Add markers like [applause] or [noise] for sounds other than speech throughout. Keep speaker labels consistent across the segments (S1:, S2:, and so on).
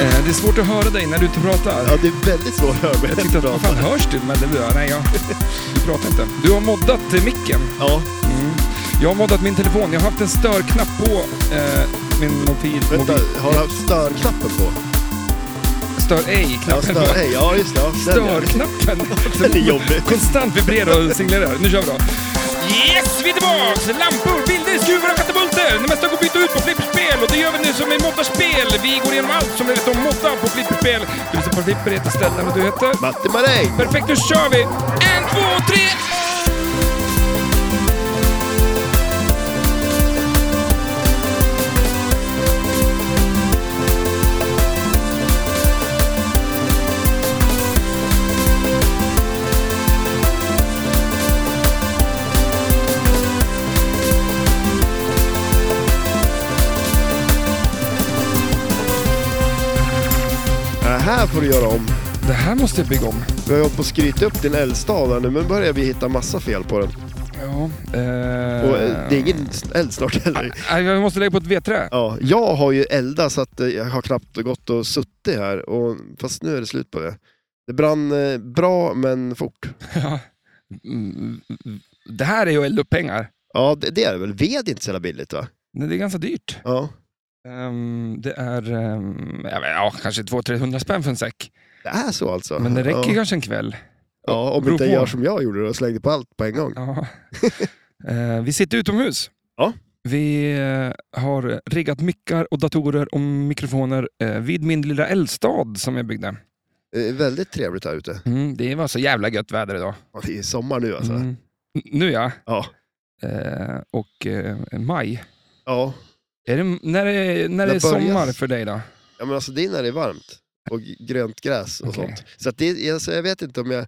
S1: Eh, Det är svårt att höra dig när du inte pratar.
S2: Ja, det är väldigt svårt att höra mig
S1: jag tänkte att, vad fan
S2: prata.
S1: hörs du? Men det blir, nej, jag, du pratar inte. Du har moddat eh, micken.
S2: Ja,
S1: Jag har moddat min telefon. Jag har haft en störknapp på eh, min mobil.
S2: vänta.
S1: mobil.
S2: Har du haft störknappen på?
S1: Stör
S2: Ja,
S1: ej-knappen. [laughs]
S2: stör, hej, ja just det. Ja, den, ja.
S1: Störknappen.
S2: [laughs] Den är jobbig.
S1: Konstant vibrerar och signalerar. Nu kör vi då. Yes, vi är tillbaks! Lampor, bilder, skruvar och katapulter. Det mesta går att byta ut på flipperspel och det gör vi nu som i moddarspel. Vi går igenom allt som är rätt om modda på flipperspel. Du lyssnar på flipper, heter Stellan och du heter?
S2: Matte Maräng!
S1: Perfekt, nu kör vi! En, två, tre!
S2: Det här får du göra om.
S1: Det här måste jag bygga om.
S2: Vi har ju hållit på att skryta upp din eldstav här nu, men börjar vi hitta massa fel på den.
S1: Ja,
S2: Och eh, det är
S1: eh...
S2: ingen eld snart heller.
S1: Nej, Jag måste lägga på ett vedträ.
S2: Ja, jag har ju eldat så att eh, jag har knappt gått och suttit här, och, fast nu är det slut på det. Det brann eh, bra, men fort.
S1: Mm, Det här är ju att elda upp pengar.
S2: Ja, det, det är det väl. Ved är inte så jävla billigt va?
S1: Nej, Det är ganska dyrt.
S2: Ja.
S1: Ehm, det är ehm, ja, men, ja, kanske 200-300 spänn för en säck.
S2: Det är så alltså?
S1: Men det räcker
S2: ja.
S1: kanske en kväll.
S2: Ja, om
S1: Beror
S2: inte jag
S1: på.
S2: gör som jag gjorde och slängde på allt på en gång. [laughs]
S1: Ja. Eh, vi sitter utomhus.
S2: Ja.
S1: Vi eh, har riggat mickar och datorer och mikrofoner eh, vid min lilla eldstad som jag byggde.
S2: Eh, väldigt trevligt här ute.
S1: Mm, det var så jävla gött väder idag.
S2: Ja, Det är sommar nu alltså.
S1: Mm. N- Nu ja.
S2: Ja.
S1: Eh, och eh, maj.
S2: Ja.
S1: Är det, när är, när
S2: Det
S1: är
S2: börjar-
S1: sommar för dig då?
S2: ja, men alltså det är när det är varmt och g- grönt gräs och
S1: Okej.
S2: sånt. Så att det, är- alltså, jag vet inte om jag...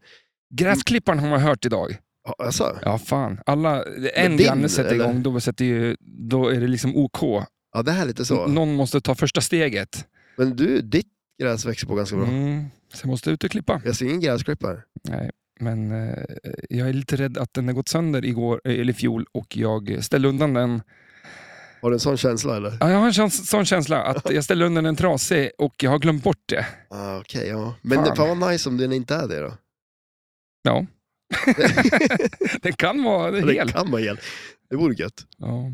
S1: Gräsklipparen har man hört idag.
S2: Ja, Alltså,
S1: Ja, fan. Alla, en
S2: din,
S1: granne sätter
S2: eller?
S1: igång, då, sätter ju, då är det liksom OK.
S2: ja, det här är lite
S1: N-
S2: så.
S1: Någon måste ta första steget.
S2: Men du, ditt gräs växer på ganska bra.
S1: Mm. Sen måste jag ut och klippa.
S2: Jag ser ingen gräsklippare.
S1: Nej, men eh, jag är lite rädd att den har gått sönder igår, eh, eller i fjol och jag ställde undan den.
S2: Har du en sån känsla eller?
S1: Ja, jag har en käns- sån känsla att jag ställde undan den trasig och jag har glömt bort det.
S2: Ah, Okej, ja. Men
S1: Fan.
S2: fan. fan vad nice om den inte är det då.
S1: Ja. Den kan vara
S2: det
S1: hel.
S2: kan man igen. Det vore gött.
S1: Ja.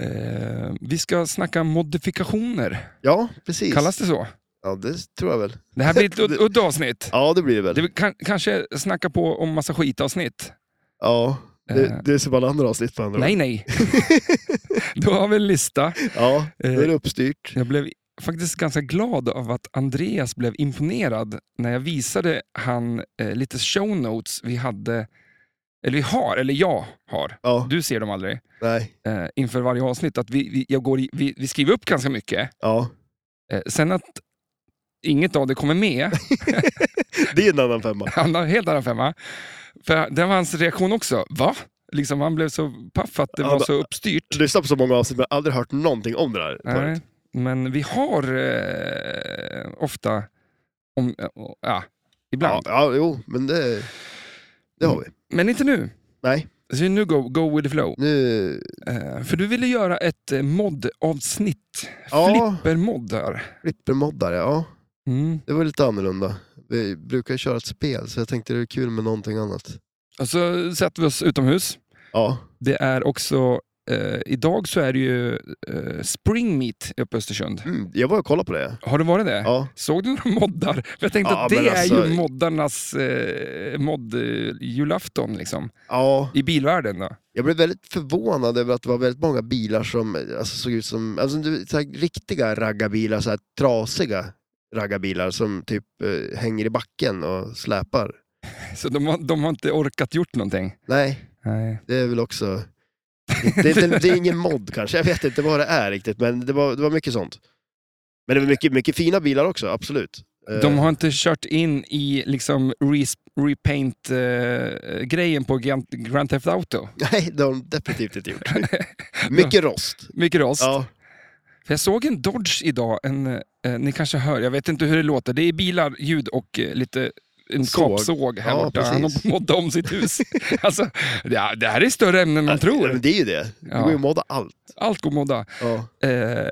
S1: Eh, vi ska snacka modifikationer.
S2: Ja, precis.
S1: Kallas det så?
S2: Ja, det tror jag väl.
S1: Det här blir ett ud- udda avsnitt.
S2: Ja, det blir det väl.
S1: Det kan, kanske snacka på om massa skitavsnitt.
S2: Ja,
S1: Eh.
S2: det, det är som alla andra avsnitt på andra
S1: Nej, nej. Då har vi en lista.
S2: Ja,
S1: Eh,
S2: då är det uppstyrt.
S1: Jag blev faktiskt ganska glad av att Andreas blev imponerad när jag visade han eh, lite show notes vi hade, eller vi har, eller jag har.
S2: Ja,
S1: Du ser dem aldrig.
S2: nej,
S1: Eh, inför varje avsnitt. Att vi, vi, jag går i, vi, vi skriver upp ganska mycket.
S2: ja.
S1: Eh, sen att inget av det kommer med.
S2: Det är en annan femma.
S1: [laughs] Han har helt annan femma. För det var hans reaktion också. Va? Liksom, han blev så paff att det
S2: Ja,
S1: var
S2: men-
S1: så uppstyrt.
S2: Lyssnat på så många avsnitt men aldrig hört någonting om det där förut.
S1: Nej, men vi har eh, ofta, om, eh, ja, ibland.
S2: Ja, ja, jo, men det, det har vi.
S1: Men inte nu.
S2: Nej,
S1: Så nu go, go with the flow.
S2: nu...
S1: Eh, för du ville göra ett eh, moddavsnitt.
S2: Ja,
S1: Flippermoddar.
S2: flippermoddare, ja.
S1: Mm.
S2: Det var lite annorlunda. Vi brukar ju köra ett spel, så jag tänkte det är kul med någonting annat.
S1: Och så sätter vi oss utomhus.
S2: Ja,
S1: Det är också, eh, idag så är det ju eh, Spring Meet uppe i Östersund.
S2: mm, jag var och kollade på det.
S1: Har du varit det?
S2: Ja,
S1: Såg du några moddar? För jag tänkte
S2: Ja,
S1: att det
S2: men alltså-
S1: är ju moddarnas eh, moddjulafton liksom.
S2: ja.
S1: I bilvärlden då.
S2: Jag blev väldigt förvånad över att det var väldigt många bilar som alltså, såg ut som alltså, du vet, så här, riktiga raggarbilar, så här, trasiga raggarbilar som typ eh, hänger i backen och släpar.
S1: Så de har, de har inte orkat gjort någonting.
S2: Nej,
S1: Nej.
S2: det är väl också... Det, det, det är ingen mod kanske, jag vet inte vad det är riktigt, men det var, det var mycket sånt. Men det var mycket, mycket fina bilar också, absolut. Eh,
S1: De har inte kört in i liksom repaint-grejen på Grand, Grand Theft Auto.
S2: [laughs] Nej, det har de definitivt
S1: [laughs]
S2: inte gjort. mycket rost.
S1: Mycket rost.
S2: Ja,
S1: För Jag såg en Dodge idag, en, eh, ni kanske hör, jag vet inte hur det låter. Det är bilar, ljud och eh, lite en
S2: Såg.
S1: kapsåg här
S2: Ja,
S1: borta. Han
S2: precis.
S1: har moddat om sitt hus. [laughs] alltså, det, här- det här är större ämnen man
S2: Ja,
S1: tror.
S2: men det är ju det. Det
S1: Ja.
S2: går ju att modda allt.
S1: Allt går att modda.
S2: Ja.
S1: Eh,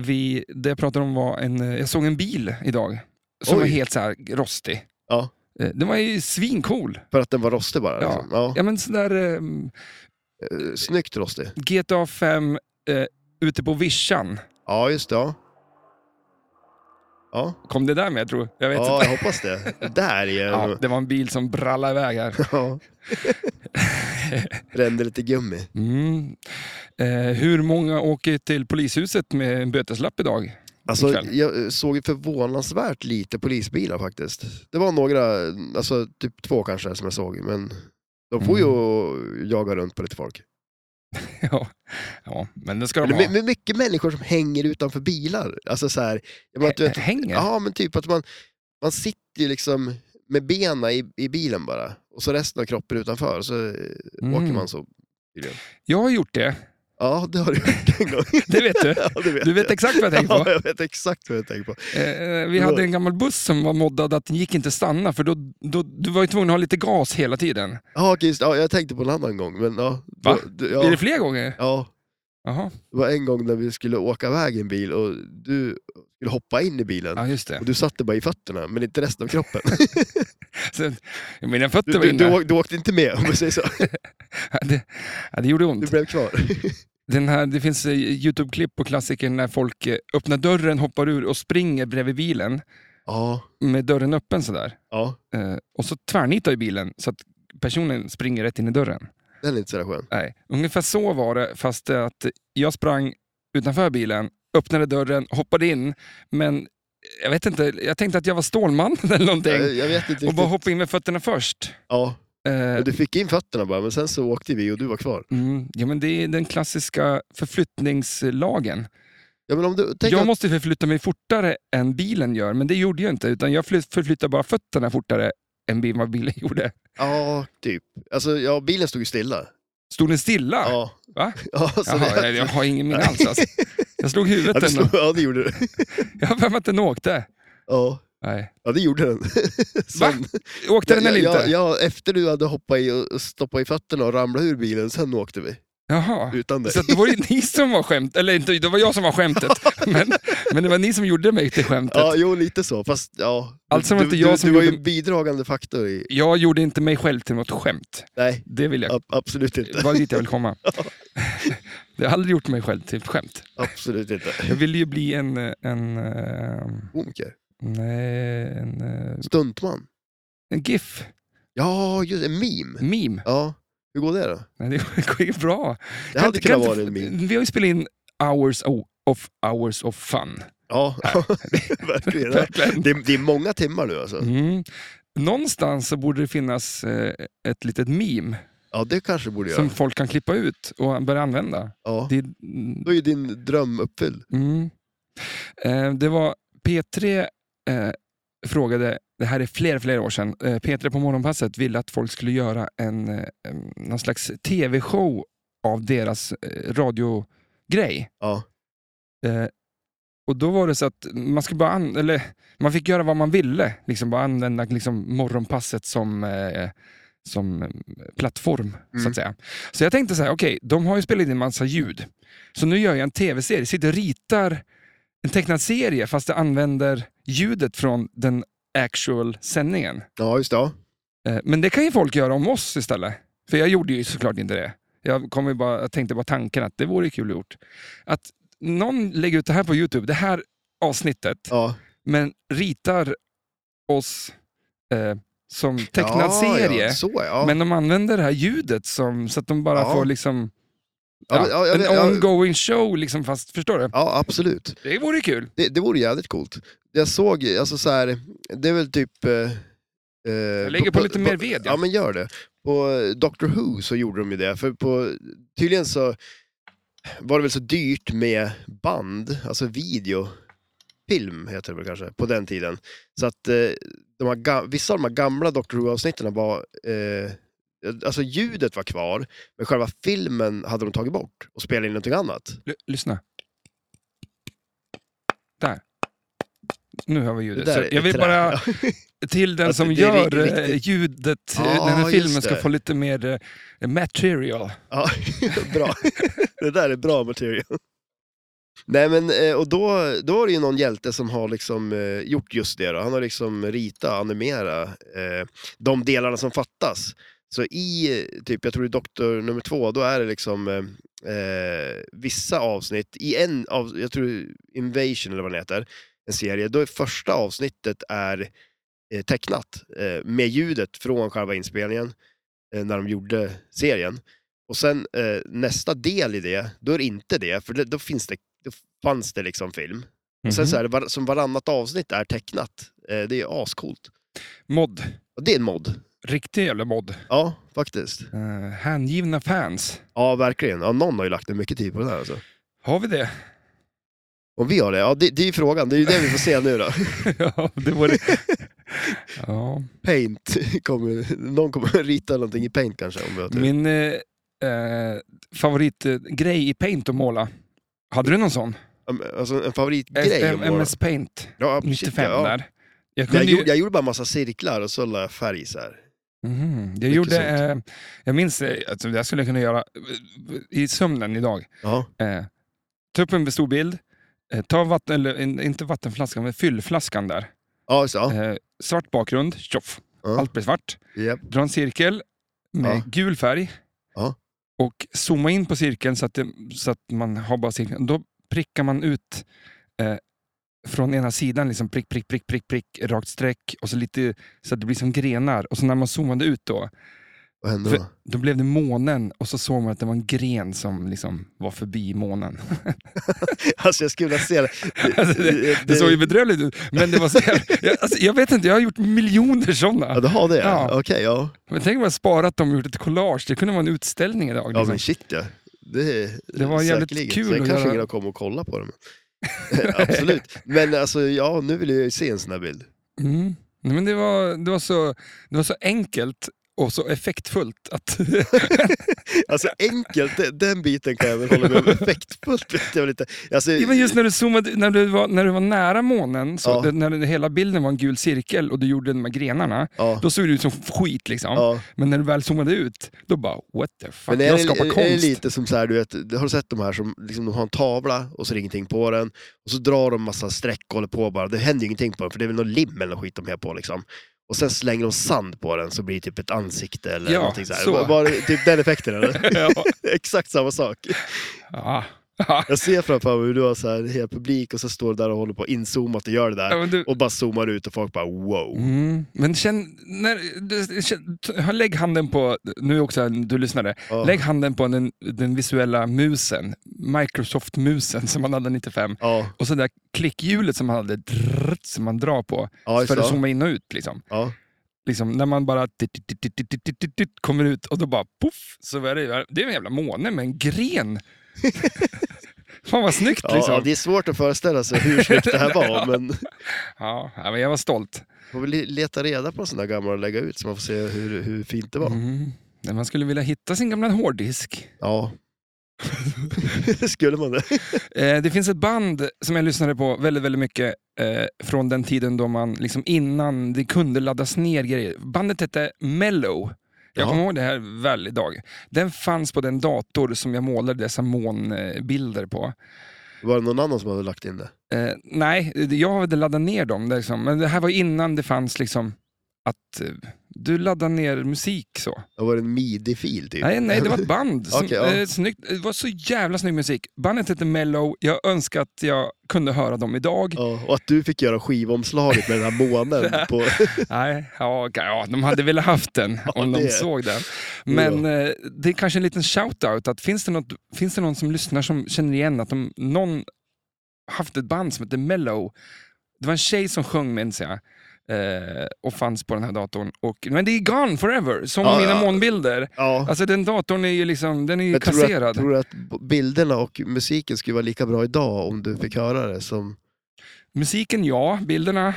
S1: vi, det jag pratade om var en, eh, jag såg en bil idag som
S2: Oj.
S1: var helt så här rostig.
S2: Ja.
S1: Eh, Den var ju svincool.
S2: För att den var rostig bara.
S1: Ja.
S2: Liksom. Ja.
S1: Ja men sån där ehm,
S2: Eh, Snyggt rostig.
S1: GTA 5 eh, ute på vischan.
S2: Ja, just det. Ja. Ja,
S1: Kom det där med tror jag? vet
S2: ja
S1: inte.
S2: jag hoppas det. Det Där
S1: [laughs]
S2: är
S1: Ja,
S2: ja.
S1: det var en bil som brallade iväg här.
S2: [laughs] ja. Brände lite gummi.
S1: Mm. Eh, hur många åker till polishuset med en böteslapp idag?
S2: Alltså,
S1: Ikväll.
S2: jag eh, såg förvånansvärt lite polisbilar faktiskt. Det var några, alltså typ två kanske som jag såg, men de får ju
S1: Mm.
S2: jaga runt på lite folk.
S1: ja. ja, men det ska de
S2: Eller,
S1: ha.
S2: my- my- mycket människor som hänger utanför bilar. Alltså så här, jag bara, du vet,
S1: Eh, Hänger?
S2: ja men typ att man, man sitter ju liksom med benen i, i bilen bara, och så resten av kroppen utanför, och så eh,
S1: Mm.
S2: åker man så.
S1: Jag har gjort det,
S2: Ja, det har du gjort en gång. [laughs]
S1: det vet du.
S2: ja, det vet
S1: Du vet
S2: jag.
S1: exakt vad jag tänker på.
S2: [laughs] Ja, jag vet exakt vad jag tänker på.
S1: Eh, vi hade en gammal buss som var moddad att den gick inte att stanna för då, då, du var ju tvungen att ha lite gas hela tiden.
S2: Ja, okej, just, ja, jag tänkte på en annan gång, men ja.
S1: Va?
S2: Du- du- ja.
S1: Är det flera gånger?
S2: Ja,
S1: Jaha,
S2: det var en gång när vi skulle åka iväg i en bil och du skulle hoppa in i bilen.
S1: ja just det.
S2: Och du satte bara i fötterna, men inte resten
S1: [laughs]
S2: av kroppen.
S1: Sen, jag menar
S2: Du,
S1: fötter var
S2: du, du,
S1: inne.
S2: åk- du åkte inte med, om
S1: [laughs]
S2: vi säger så.
S1: Ja, Det, ja, det gjorde
S2: Du
S1: ont.
S2: blev kvar.
S1: Den här, det finns eh, Youtube-klipp på klassikern när folk eh, öppnar dörren, hoppar ur och springer bredvid bilen
S2: Ja,
S1: med dörren öppen sådär.
S2: ja.
S1: Eh, och så tvärnitar ju bilen så att personen springer rätt in i dörren.
S2: Den är inte sådär skön.
S1: Nej, ungefär så var det, fast det att jag sprang utanför bilen, öppnade dörren, hoppade in, men jag vet inte, jag tänkte att jag var Stålmannen [laughs] eller någonting
S2: Jag, jag vet inte
S1: och bara
S2: riktigt.
S1: hoppade in med fötterna först.
S2: Ja,
S1: Eh,
S2: och du fick in fötterna bara, men sen så åkte vi och du var kvar.
S1: mm, ja, men det är den klassiska förflyttningslagen.
S2: Ja, men om du tänker
S1: Jag
S2: att,
S1: måste förflytta mig fortare än bilen gör, men det gjorde jag inte, utan jag fly- förflyttade bara fötterna fortare än bil- vad bilen [laughs] gjorde.
S2: ja, typ. Alltså, ja, bilen stod ju stilla.
S1: Stod den stilla?
S2: Ja.
S1: Va?
S2: Ja, så
S1: Jaha,
S2: det,
S1: jag, jag har ingen minne alls. Alltså.
S2: [laughs]
S1: Jag slog
S2: ja,
S1: huvudet. [laughs]
S2: det
S1: Ja,
S2: slog, ja, det gjorde du.
S1: Jag har för mig att den åkte.
S2: Ja,
S1: Nej.
S2: ja det gjorde den. [laughs] Sen-
S1: Åkte den
S2: ja,
S1: eller
S2: ja,
S1: inte?
S2: Ja, efter du hade hoppat i och- och stoppat i fötterna och ramlat ur bilen, sen åkte vi.
S1: Jaha.
S2: Utan dig.
S1: Så att det var ju ni som var skämt, eller inte, det var jag som var
S2: [laughs]
S1: skämtet. Men, men det var ni som gjorde mig till skämtet.
S2: Ja, jo lite så. Fast ja.
S1: Allt som
S2: du,
S1: inte jag
S2: du,
S1: som
S2: du var ju
S1: gjorde-
S2: en bidragande faktor i...
S1: Jag gjorde inte mig själv till något skämt.
S2: Nej,
S1: Det vill jag.
S2: ab- absolut inte.
S1: Det var dit jag vill
S2: [laughs]
S1: komma. Jag har aldrig gjort mig själv till ett skämt.
S2: Absolut inte.
S1: Jag ville ju bli en... eh, en eh,
S2: Komiker.
S1: nej, en, eh,
S2: Stuntman.
S1: en GIF.
S2: Ja, just en meme.
S1: Meme.
S2: Ja, hur går det då?
S1: Nej, det [laughs] går ju bra.
S2: Det hade
S1: Kan
S2: kunnat
S1: inte-
S2: vara en meme.
S1: Vi har ju spelat in hours o- of hours of fun.
S2: Ja, [laughs] verkligen.
S1: Verkligen.
S2: Det är, det är många timmar nu alltså.
S1: Mm. Någonstans så borde det finnas eh, ett litet meme
S2: Ja, det kanske borde
S1: som
S2: jag.
S1: folk kan klippa ut och börja använda.
S2: Ja.
S1: Det, mm,
S2: Då är ju din dröm uppfylld.
S1: mm. Eh, det var P3 eh, frågade, det här är flera, flera år sedan, eh, P3 på Morgonpasset ville att folk skulle göra en, eh, em, någon slags tv-show av deras eh, radiogrej.
S2: Ja.
S1: Eh, och då var det så att man skulle bara an- eller, man fick göra vad man ville. Liksom bara använda liksom morgonpasset som, eh, som eh, plattform. Så,
S2: Mm.
S1: att säga. så jag tänkte så här, okej, de har ju spelat in massa ljud. Så nu gör jag en tv-serie, sitter och ritar en tecknad serie fast jag använder ljudet från den actual sändningen.
S2: Ja, just det. Ja.
S1: Eh, Men det kan ju folk göra om oss istället. För jag gjorde ju såklart inte det. Jag, kom ju bara, jag tänkte bara tanken att det vore kul gjort. Att någon lägger ut det här på Youtube, det här avsnittet,
S2: ja.
S1: men ritar oss eh, som tecknad
S2: ja,
S1: serie.
S2: Ja, så ja.
S1: Men de använder det här ljudet som, så att de bara
S2: Ja.
S1: får liksom...
S2: Ja, men- ja, jag
S1: en
S2: vet- ja.
S1: ongoing show, liksom, fast förstår du?
S2: ja, absolut.
S1: Det vore kul.
S2: Det, det vore jävligt coolt. Jag såg, alltså så här, det är väl typ... Eh, jag
S1: lägger på lite mer ved, ja.
S2: Ja. men gör det. På eh, Doctor Who så gjorde de ju det, för på, tydligen så var det väl så dyrt med band, alltså video, film heter det väl kanske, på den tiden. Så att eh, de här, ga- vissa av de här gamla Doctor Who-avsnitten var, eh, alltså ljudet var kvar, men själva filmen hade de tagit bort och spelat in någonting annat.
S1: L- lyssna. Där. Nu hör vi
S2: Det
S1: ljudet.
S2: där
S1: Så
S2: är
S1: jag vill
S2: trä. [laughs]
S1: bara...
S2: Ja.
S1: till den
S2: Att
S1: som
S2: det är
S1: gör
S2: riktigt-
S1: eh, ljudet, eh,
S2: Ja,
S1: den här filmen,
S2: just
S1: ska
S2: det.
S1: få lite mer eh, material.
S2: [laughs] Ja, bra. Det där är bra material. Nej men, eh, och då, då är det ju någon hjälte som har liksom eh, gjort just det då. Han har liksom ritat, animerat eh, de delarna som fattas. Så i, eh, typ, jag tror det är doktor nummer två, då är det liksom eh, eh, vissa avsnitt, i en av, jag tror Invasion eller vad den heter, en serie, då är första avsnittet är eh, tecknat eh, med ljudet från själva inspelningen eh, när de gjorde serien. Och sen eh, nästa del i det, då är det inte det, för det, då, finns det, då fanns det liksom film. Och
S1: Mhm.
S2: sen så är det var, som varannat avsnitt är tecknat. Eh, det är ascoolt.
S1: Mod.
S2: Och det är en mod.
S1: Riktig jävla mod.
S2: Ja, faktiskt.
S1: Eh, hängivna fans.
S2: Ja, verkligen. Ja, någon har ju lagt ner mycket tid på det här alltså.
S1: Har vi det? [laughs]
S2: Om vi har det? Ja, det, det är ju frågan. Det är ju det vi får se nu då. [laughs]
S1: ja, det var det. ja.
S2: Paint. Kommer, någon kommer [laughs] att rita någonting i paint kanske. Om vi har tur.
S1: Min eh, eh, favoritgrej i Paint att måla. Hade du någon sån?
S2: Ja, men, Alltså en favoritgrej.
S1: S-
S2: att måla.
S1: MS Paint
S2: Ja, shit,
S1: 95
S2: ja.
S1: där. Jag,
S2: Jag,
S1: kunde ju,
S2: gjorde, jag gjorde bara massa cirklar och så la jag färg så här.
S1: Mhm, jag,
S2: Mycket
S1: gjorde, eh, jag minns eh, att det här skulle jag kunna göra eh, i sömnen idag.
S2: Ja,
S1: Eh, ta upp en stor bild, eh, ta vatten, eller, in- inte vattenflaskan, men fyllflaskan där.
S2: ja just det. Ja.
S1: Eh, svart bakgrund, tjoff,
S2: Ja.
S1: allt blir svart.
S2: Japp.
S1: Dra en cirkel med
S2: Ja.
S1: gul färg
S2: Ja.
S1: och zooma in på cirkeln så att, det, så att man har bara cirkeln. Då prickar man ut eh, från ena sidan, liksom prick, prick, prick, prick, prick, rakt streck och så lite så att det blir som grenar. Och så när man zoomade ut då,
S2: Vad hände
S1: För-
S2: då?
S1: då blev det månen och så såg man att det var en gren som liksom var förbi månen. [laughs]
S2: [laughs] Alltså jag skulle vilja se det.
S1: Alltså, [laughs] det- Det såg ju bedrövligt ut, men det var så
S2: [laughs]
S1: jävla, jag, alltså, jag vet inte, jag har gjort miljoner
S2: Ja,
S1: sådana.
S2: du har det?
S1: Ja.
S2: Okej, ja.
S1: Men tänk om jag sparat dem och gjort ett collage, det kunde vara en utställning idag.
S2: Ja
S1: Liksom.
S2: men shit ja. Det,
S1: Det var jävligt kul
S2: Sen
S1: att
S2: kanske
S1: göra-
S2: ingen har kommit och kollat på det.
S1: [laughs]
S2: Men. [laughs] Absolut. Men alltså ja, nu vill jag ju se en sån här bild.
S1: Mm. Nej, men det, var, det, var så, det var så enkelt och så effektfullt.
S2: [laughs]
S1: Att,
S2: Alltså enkelt, det- den biten kan jag väl hålla
S1: [laughs]
S2: med om. Effektfullt vet jag väl inte. Alltså,
S1: Ja, men just när du zoomade, när du var, när du var nära månen, så
S2: Ja.
S1: det, när det- hela bilden var en gul cirkel och du gjorde de här grenarna,
S2: ja,
S1: då såg det ut som skit. liksom.
S2: ja.
S1: Men när du väl zoomade ut, då bara what the fuck,
S2: Men är,
S1: jag
S2: det,
S1: skapar
S2: är, är det
S1: konst.
S2: lite som så här, du vet, har du sett de här som liksom, de har en tavla och så är det ingenting på den och så drar de massa streck och håller på bara. Det händer ju ingenting på den för det är väl någon lim eller något skit de har på liksom. Och sen slänger de sand på den så blir det typ ett ansikte eller
S1: Ja,
S2: någonting så här.
S1: så.
S2: Var, var det typ den effekten eller?
S1: [laughs]
S2: [laughs]
S1: ja.
S2: Exakt samma sak.
S1: Ja. Ja.
S2: Jag ser framför mig hur du har så här en hel publik och så står du där och håller på inzoomat och gör det
S1: Ja,
S2: där
S1: men du,
S2: och bara zoomar ut och folk bara wow.
S1: Mm, men känn, när, du- känn, t- lägg handen på, nu är också en- du lyssnare,
S2: Ja.
S1: lägg handen på den, den visuella musen, Microsoft-musen som man hade 95.
S2: Ja,
S1: Och så det där klickhjulet som man hade, drrrt, som man drar på
S2: ja, just
S1: för att
S2: det.
S1: zooma in och ut. Liksom.
S2: Ja.
S1: Liksom, när man bara tit- tit- tit- tit- tit- tit- tit- tit- kommer ut och då bara poff, så är det, det är en jävla måne med en
S2: [laughs]
S1: gren. Fan vad snyggt
S2: Ja, ja,
S1: liksom.
S2: det är svårt att föreställa sig hur snyggt det här var, men
S1: Ja, ja, men jag var stolt.
S2: Får väl leta reda på en sån där gammal och lägga ut så man får se hur, hur fint det var.
S1: Mm. Nej, Man skulle vilja hitta sin gamla hårddisk.
S2: Ja. [laughs] Skulle man det?
S1: Eh, det finns ett band som jag lyssnade på väldigt, väldigt mycket eh, från den tiden då man liksom innan det kunde laddas ner grejer. Bandet hette Mellow. Jag
S2: Ja.
S1: kommer ihåg det här väl idag. Den fanns på den dator som jag målade dessa månbilder på.
S2: Var det någon annan som hade lagt in det?
S1: Eh, nej, det- jag hade laddat ner dem. där Liksom. Men det här var innan det fanns liksom att eh, du laddar ner musik så.
S2: Det var det en midi-fil typ?
S1: Nej, nej, det var ett
S2: [laughs]
S1: band. Som,
S2: Okej, ja.
S1: eh, snyggt, det var så jävla snygg musik. Bandet hette Mellow. Jag önskar att jag kunde höra dem idag.
S2: Ja, och att du fick göra skivomslaget med den
S1: [laughs]
S2: här månen på...
S1: Nej, ja, okej, ja, de hade velat haft
S2: [laughs]
S1: den om de
S2: det-
S1: såg den. Men eh, det är kanske en liten shout-out. Att finns, det något, finns det någon som lyssnar som känner igen att de, någon haft ett band som heter Mellow? Det var en tjej som sjöng, minns jag. Eh, och fanns på den här datorn. Och, men det är gone forever, som
S2: Ja,
S1: mina
S2: ja.
S1: månbilder.
S2: Ja.
S1: Alltså den datorn är ju liksom, den är ju
S2: Jag tror du
S1: kasserad.
S2: att, tror du att bilderna och musiken skulle vara lika bra idag om du fick höra det som...
S1: Musiken, ja.
S2: [laughs]
S1: Bilderna.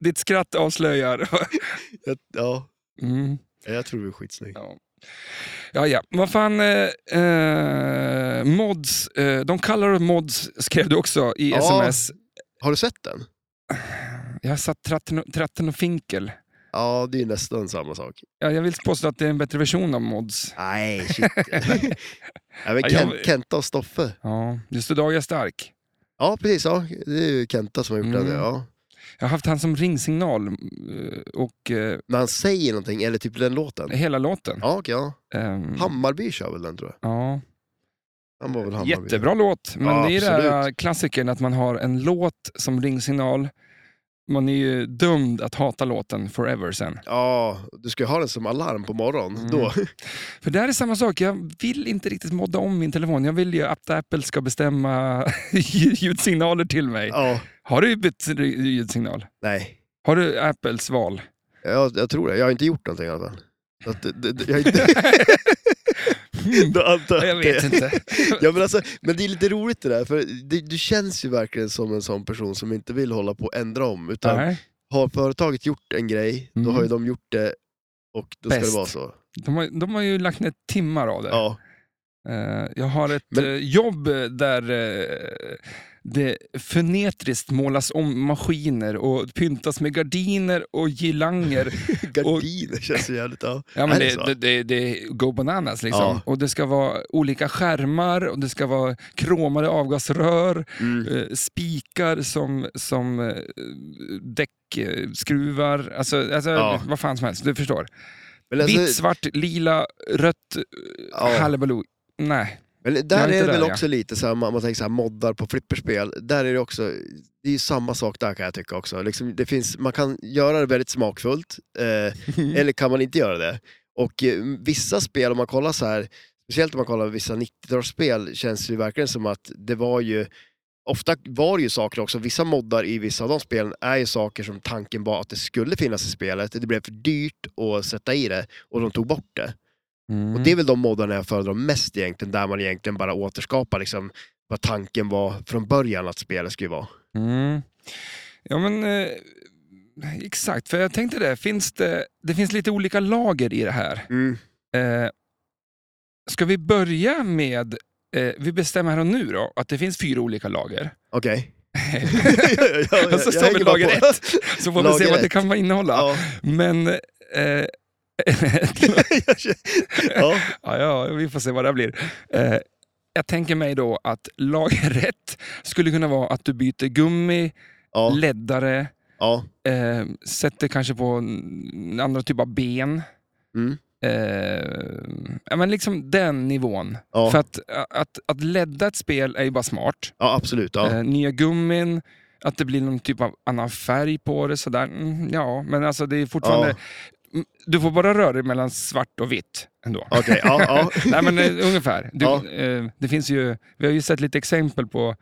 S1: Ditt skratt avslöjar. [laughs]
S2: Ja,
S1: Mm.
S2: jag tror det är skitsnyggt.
S1: Ja. ja, ja. Vad fan, eh, eh, mods. Eh, de kallar det mods, skrev du också i
S2: Ja.
S1: sms.
S2: Har du sett den?
S1: Jag satt tratten och, tratten och finkel.
S2: Ja, det är ju nästan samma sak.
S1: Ja, jag vill påstå att det är en bättre version av mods.
S2: Nej,
S1: [laughs]
S2: shit. ja, men
S1: Ja,
S2: Ken,
S1: jag-
S2: Kenta och Stoffe.
S1: Ja, just idag är jag stark.
S2: Ja, precis. Ja. Det är ju Kenta som har gjort
S1: Mm.
S2: den. Ja.
S1: Jag har haft han som ringsignal eh, och eh,
S2: När han säger någonting, eller typ den låten.
S1: hela låten.
S2: Ja, okej, ja.
S1: Ehm,
S2: Hammarby kör väl den tror jag.
S1: ja.
S2: Han var väl Hammarby.
S1: Jättebra låt, men
S2: Ja,
S1: det är den här
S2: absolut.
S1: klassikern att man har en låt som ringsignal. Man är ju dömd att hata låten forever sen.
S2: Ja, du ska ju ha den som alarm på morgonen.
S1: Mm. [laughs]
S2: Då.
S1: För där är samma sak, jag vill inte riktigt modda om min telefon. Jag vill ju att Apple ska bestämma [laughs] ljudsignaler till mig.
S2: Ja,
S1: Har du bytt ljudsignal?
S2: nej.
S1: Har du Apples
S2: [laughs]
S1: val? [laughs]
S2: Jag, jag tror det. Jag har inte gjort någonting i alla fall. Så att, det, det, det- jag, har inte, [laughs] då antar
S1: Jag
S2: att det-
S1: vet inte.
S2: Ja, men, alltså, men det är lite roligt det där, för det, du känns ju verkligen som en sån person som inte vill hålla på och ändra om. Utan
S1: Nej,
S2: har företaget gjort en grej, då
S1: Mm.
S2: har ju de gjort det och då ska
S1: Bäst.
S2: det vara så.
S1: de, har, de har ju lagt ner timmar av det.
S2: Ja.
S1: Eh, Jag har ett
S2: Men-
S1: eh, jobb där eh, det förnedriskt målas om maskiner och pyntas med gardiner och girlanger.
S2: Gardiner känns ju jävligt... Ja.
S1: Ja, men
S2: Är det
S1: det,
S2: så?
S1: det, det, det go bananas liksom.
S2: Ja.
S1: Och det ska vara olika skärmar och det ska vara kromade avgasrör,
S2: Mm.
S1: eh, spikar som, som eh, däckskruvar. Alltså, alltså
S2: Ja.
S1: vad fan som helst, du förstår.
S2: Men, alltså,
S1: Vitt, svart, lila, rött,
S2: ja.
S1: hallabeloo. Nej.
S2: men
S1: Jag är
S2: där
S1: inte
S2: är det väl
S1: där, ja.
S2: också lite så här, man, man tänker så här, moddar på flipperspel. Där är det också, det är ju samma sak där kan jag tycka också. Liksom, det finns, man kan göra det väldigt smakfullt. Eh,
S1: [laughs]
S2: Eller kan man inte göra det? Och eh, vissa spel, om man kollar så här, speciellt om man kollar vissa 90-talsspel, känns det ju verkligen som att det var ju Ofta var det ju saker också, vissa moddar i vissa av de spelen är ju saker som tanken var att det skulle finnas i spelet. Det blev för dyrt att sätta i det och de tog bort det.
S1: Mm.
S2: Och det är väl de moddarna jag föredrar mest egentligen, där man egentligen bara återskapar liksom vad tanken var från början att spelet skulle vara.
S1: Mm. Ja, men eh, exakt. För jag tänkte det, finns det, det finns lite olika lager i det här.
S2: Mm.
S1: Eh, ska vi börja med, eh, vi bestämmer här och nu då, att det finns fyra olika lager. [laughs]
S2: Okej. [laughs] Jag- jag-
S1: Och så
S2: jag
S1: står vi
S2: hänger bara
S1: lager
S2: på.
S1: ett. Så får vi
S2: Lager
S1: se vad det
S2: ett.
S1: kan vara innehålla.
S2: Ja.
S1: Men, eh, [laughs]
S2: Jag känner- ja.
S1: ja, ja, vi får se vad det här blir. Eh, jag tänker mig då att lager ett skulle kunna vara att du byter gummi,
S2: Ja.
S1: leddare,
S2: Ja.
S1: Eh, sätter kanske på en- andra typ av ben.
S2: Mm.
S1: Eh, ja, men liksom den nivån.
S2: Ja.
S1: För att, att, att ledda ett spel är ju bara smart.
S2: Ja, absolut. Ja.
S1: Eh, nya gummin, att det blir någon typ av annan färg på det. Sådär. Mm, ja, men alltså det är fortfarande...
S2: Ja.
S1: Mm, Du får bara röra dig mellan svart och vitt ändå.
S2: Okej, ja, ja.
S1: [laughs] Nej, men eh, ungefär. Du,
S2: Ja.
S1: eh, det finns ju, vi har ju sett lite exempel på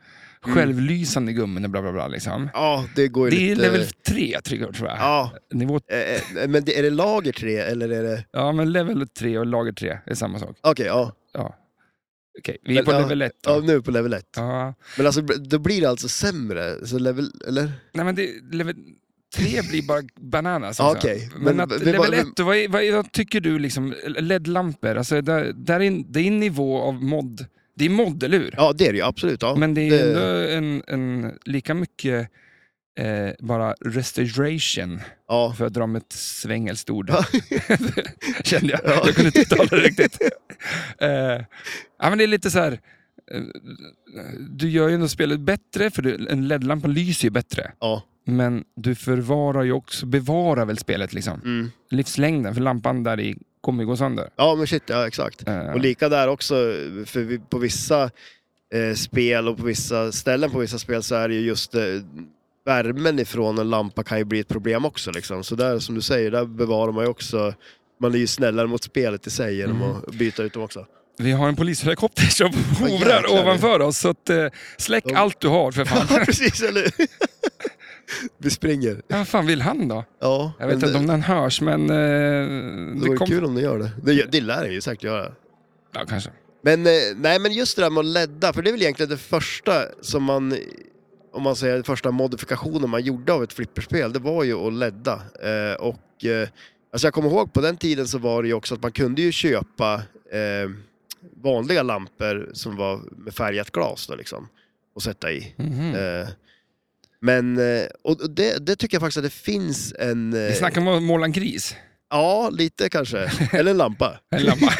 S2: Mm.
S1: självlysande gummin och bla bla bla. Liksom.
S2: ja, det går ju
S1: Det är
S2: lite...
S1: level 3 trigger, tror jag.
S2: Ja,
S1: Nivå
S2: eh, eh, men det, är det lager 3 eller är det...
S1: Ja, men level 3 och lager 3 är samma sak.
S2: Okej, ja.
S1: Ja. Okej, vi är
S2: Men,
S1: på
S2: ja,
S1: level 1
S2: ja.
S1: då.
S2: Nu är vi på level 1.
S1: Ja.
S2: Men alltså, då blir det alltså sämre? Så level, eller?
S1: Nej, men det, level 3 blir bara bananas.
S2: Ja,
S1: alltså.
S2: okej.
S1: Men,
S2: Men
S1: att
S2: vi-
S1: level
S2: vi-
S1: 1, vad, är- vad, är- vad tycker du? Liksom, LED-lampor, alltså, där, där är, en- det är en nivå av mod. Det är mod, eller hur?
S2: Ja, det är det ju absolut. Ja.
S1: men det är ju
S2: det-
S1: ändå en, en, lika mycket eh, bara restoration,
S2: ja.
S1: för att dra med ett svengelskt ord.
S2: Ja.
S1: [laughs] Kände jag.
S2: Ja.
S1: Jag kunde inte uttala det
S2: [laughs]
S1: riktigt. Eh, ja, men det är lite så här... eh, Du gör ju ändå spelet bättre, för du, en LED-lampa lyser ju bättre.
S2: Ja.
S1: Men du förvarar ju också, bevarar väl spelet liksom.
S2: Mm.
S1: Livslängden, för lampan där i kommer ju gå sönder.
S2: ja, men shit, ja exakt.
S1: Eh,
S2: Och lika där också, för vi, på vissa eh, spel och på vissa ställen på vissa spel så är det ju just eh, värmen ifrån en lampa kan ju bli ett problem också. Liksom. Så där som du säger, där bevarar man ju också man är ju snällare mot spelet i sig genom
S1: Mm.
S2: att byta ut
S1: [laughs]
S2: dem också.
S1: vi har en polishelikopter [laughs] som hovrar
S2: jäklar.
S1: ovanför oss, så att, eh, släck
S2: De-
S1: allt du har för fan.
S2: Ja, [laughs] precis, eller hur? [laughs] Vi springer.
S1: Ja, vad fan vill han då?
S2: Ja,
S1: Jag vet
S2: men
S1: inte om
S2: det,
S1: den hörs, men... eh,
S2: det
S1: det
S2: vore
S1: kom...
S2: kul om ni gör det. Det, gör- det lär jag ju säkert göra.
S1: Ja, kanske.
S2: Men, eh, nej, men just det där med att ledda, för det är väl egentligen det första som man, om man säger den första modifikationen man gjorde av ett flipperspel, det var ju att ledda. Eh, och, eh, alltså jag kommer ihåg på den tiden så var det ju också att man kunde ju köpa eh, vanliga lampor som var med färgat glas då liksom, och sätta i.
S1: Mhm.
S2: Eh, Men, eh, och och det, det tycker jag faktiskt att det finns en... eh,
S1: Vi snackar om att måla en gris.
S2: Ja, lite kanske. Eller en lampa.
S1: [laughs]
S2: [laughs]
S1: En lampa.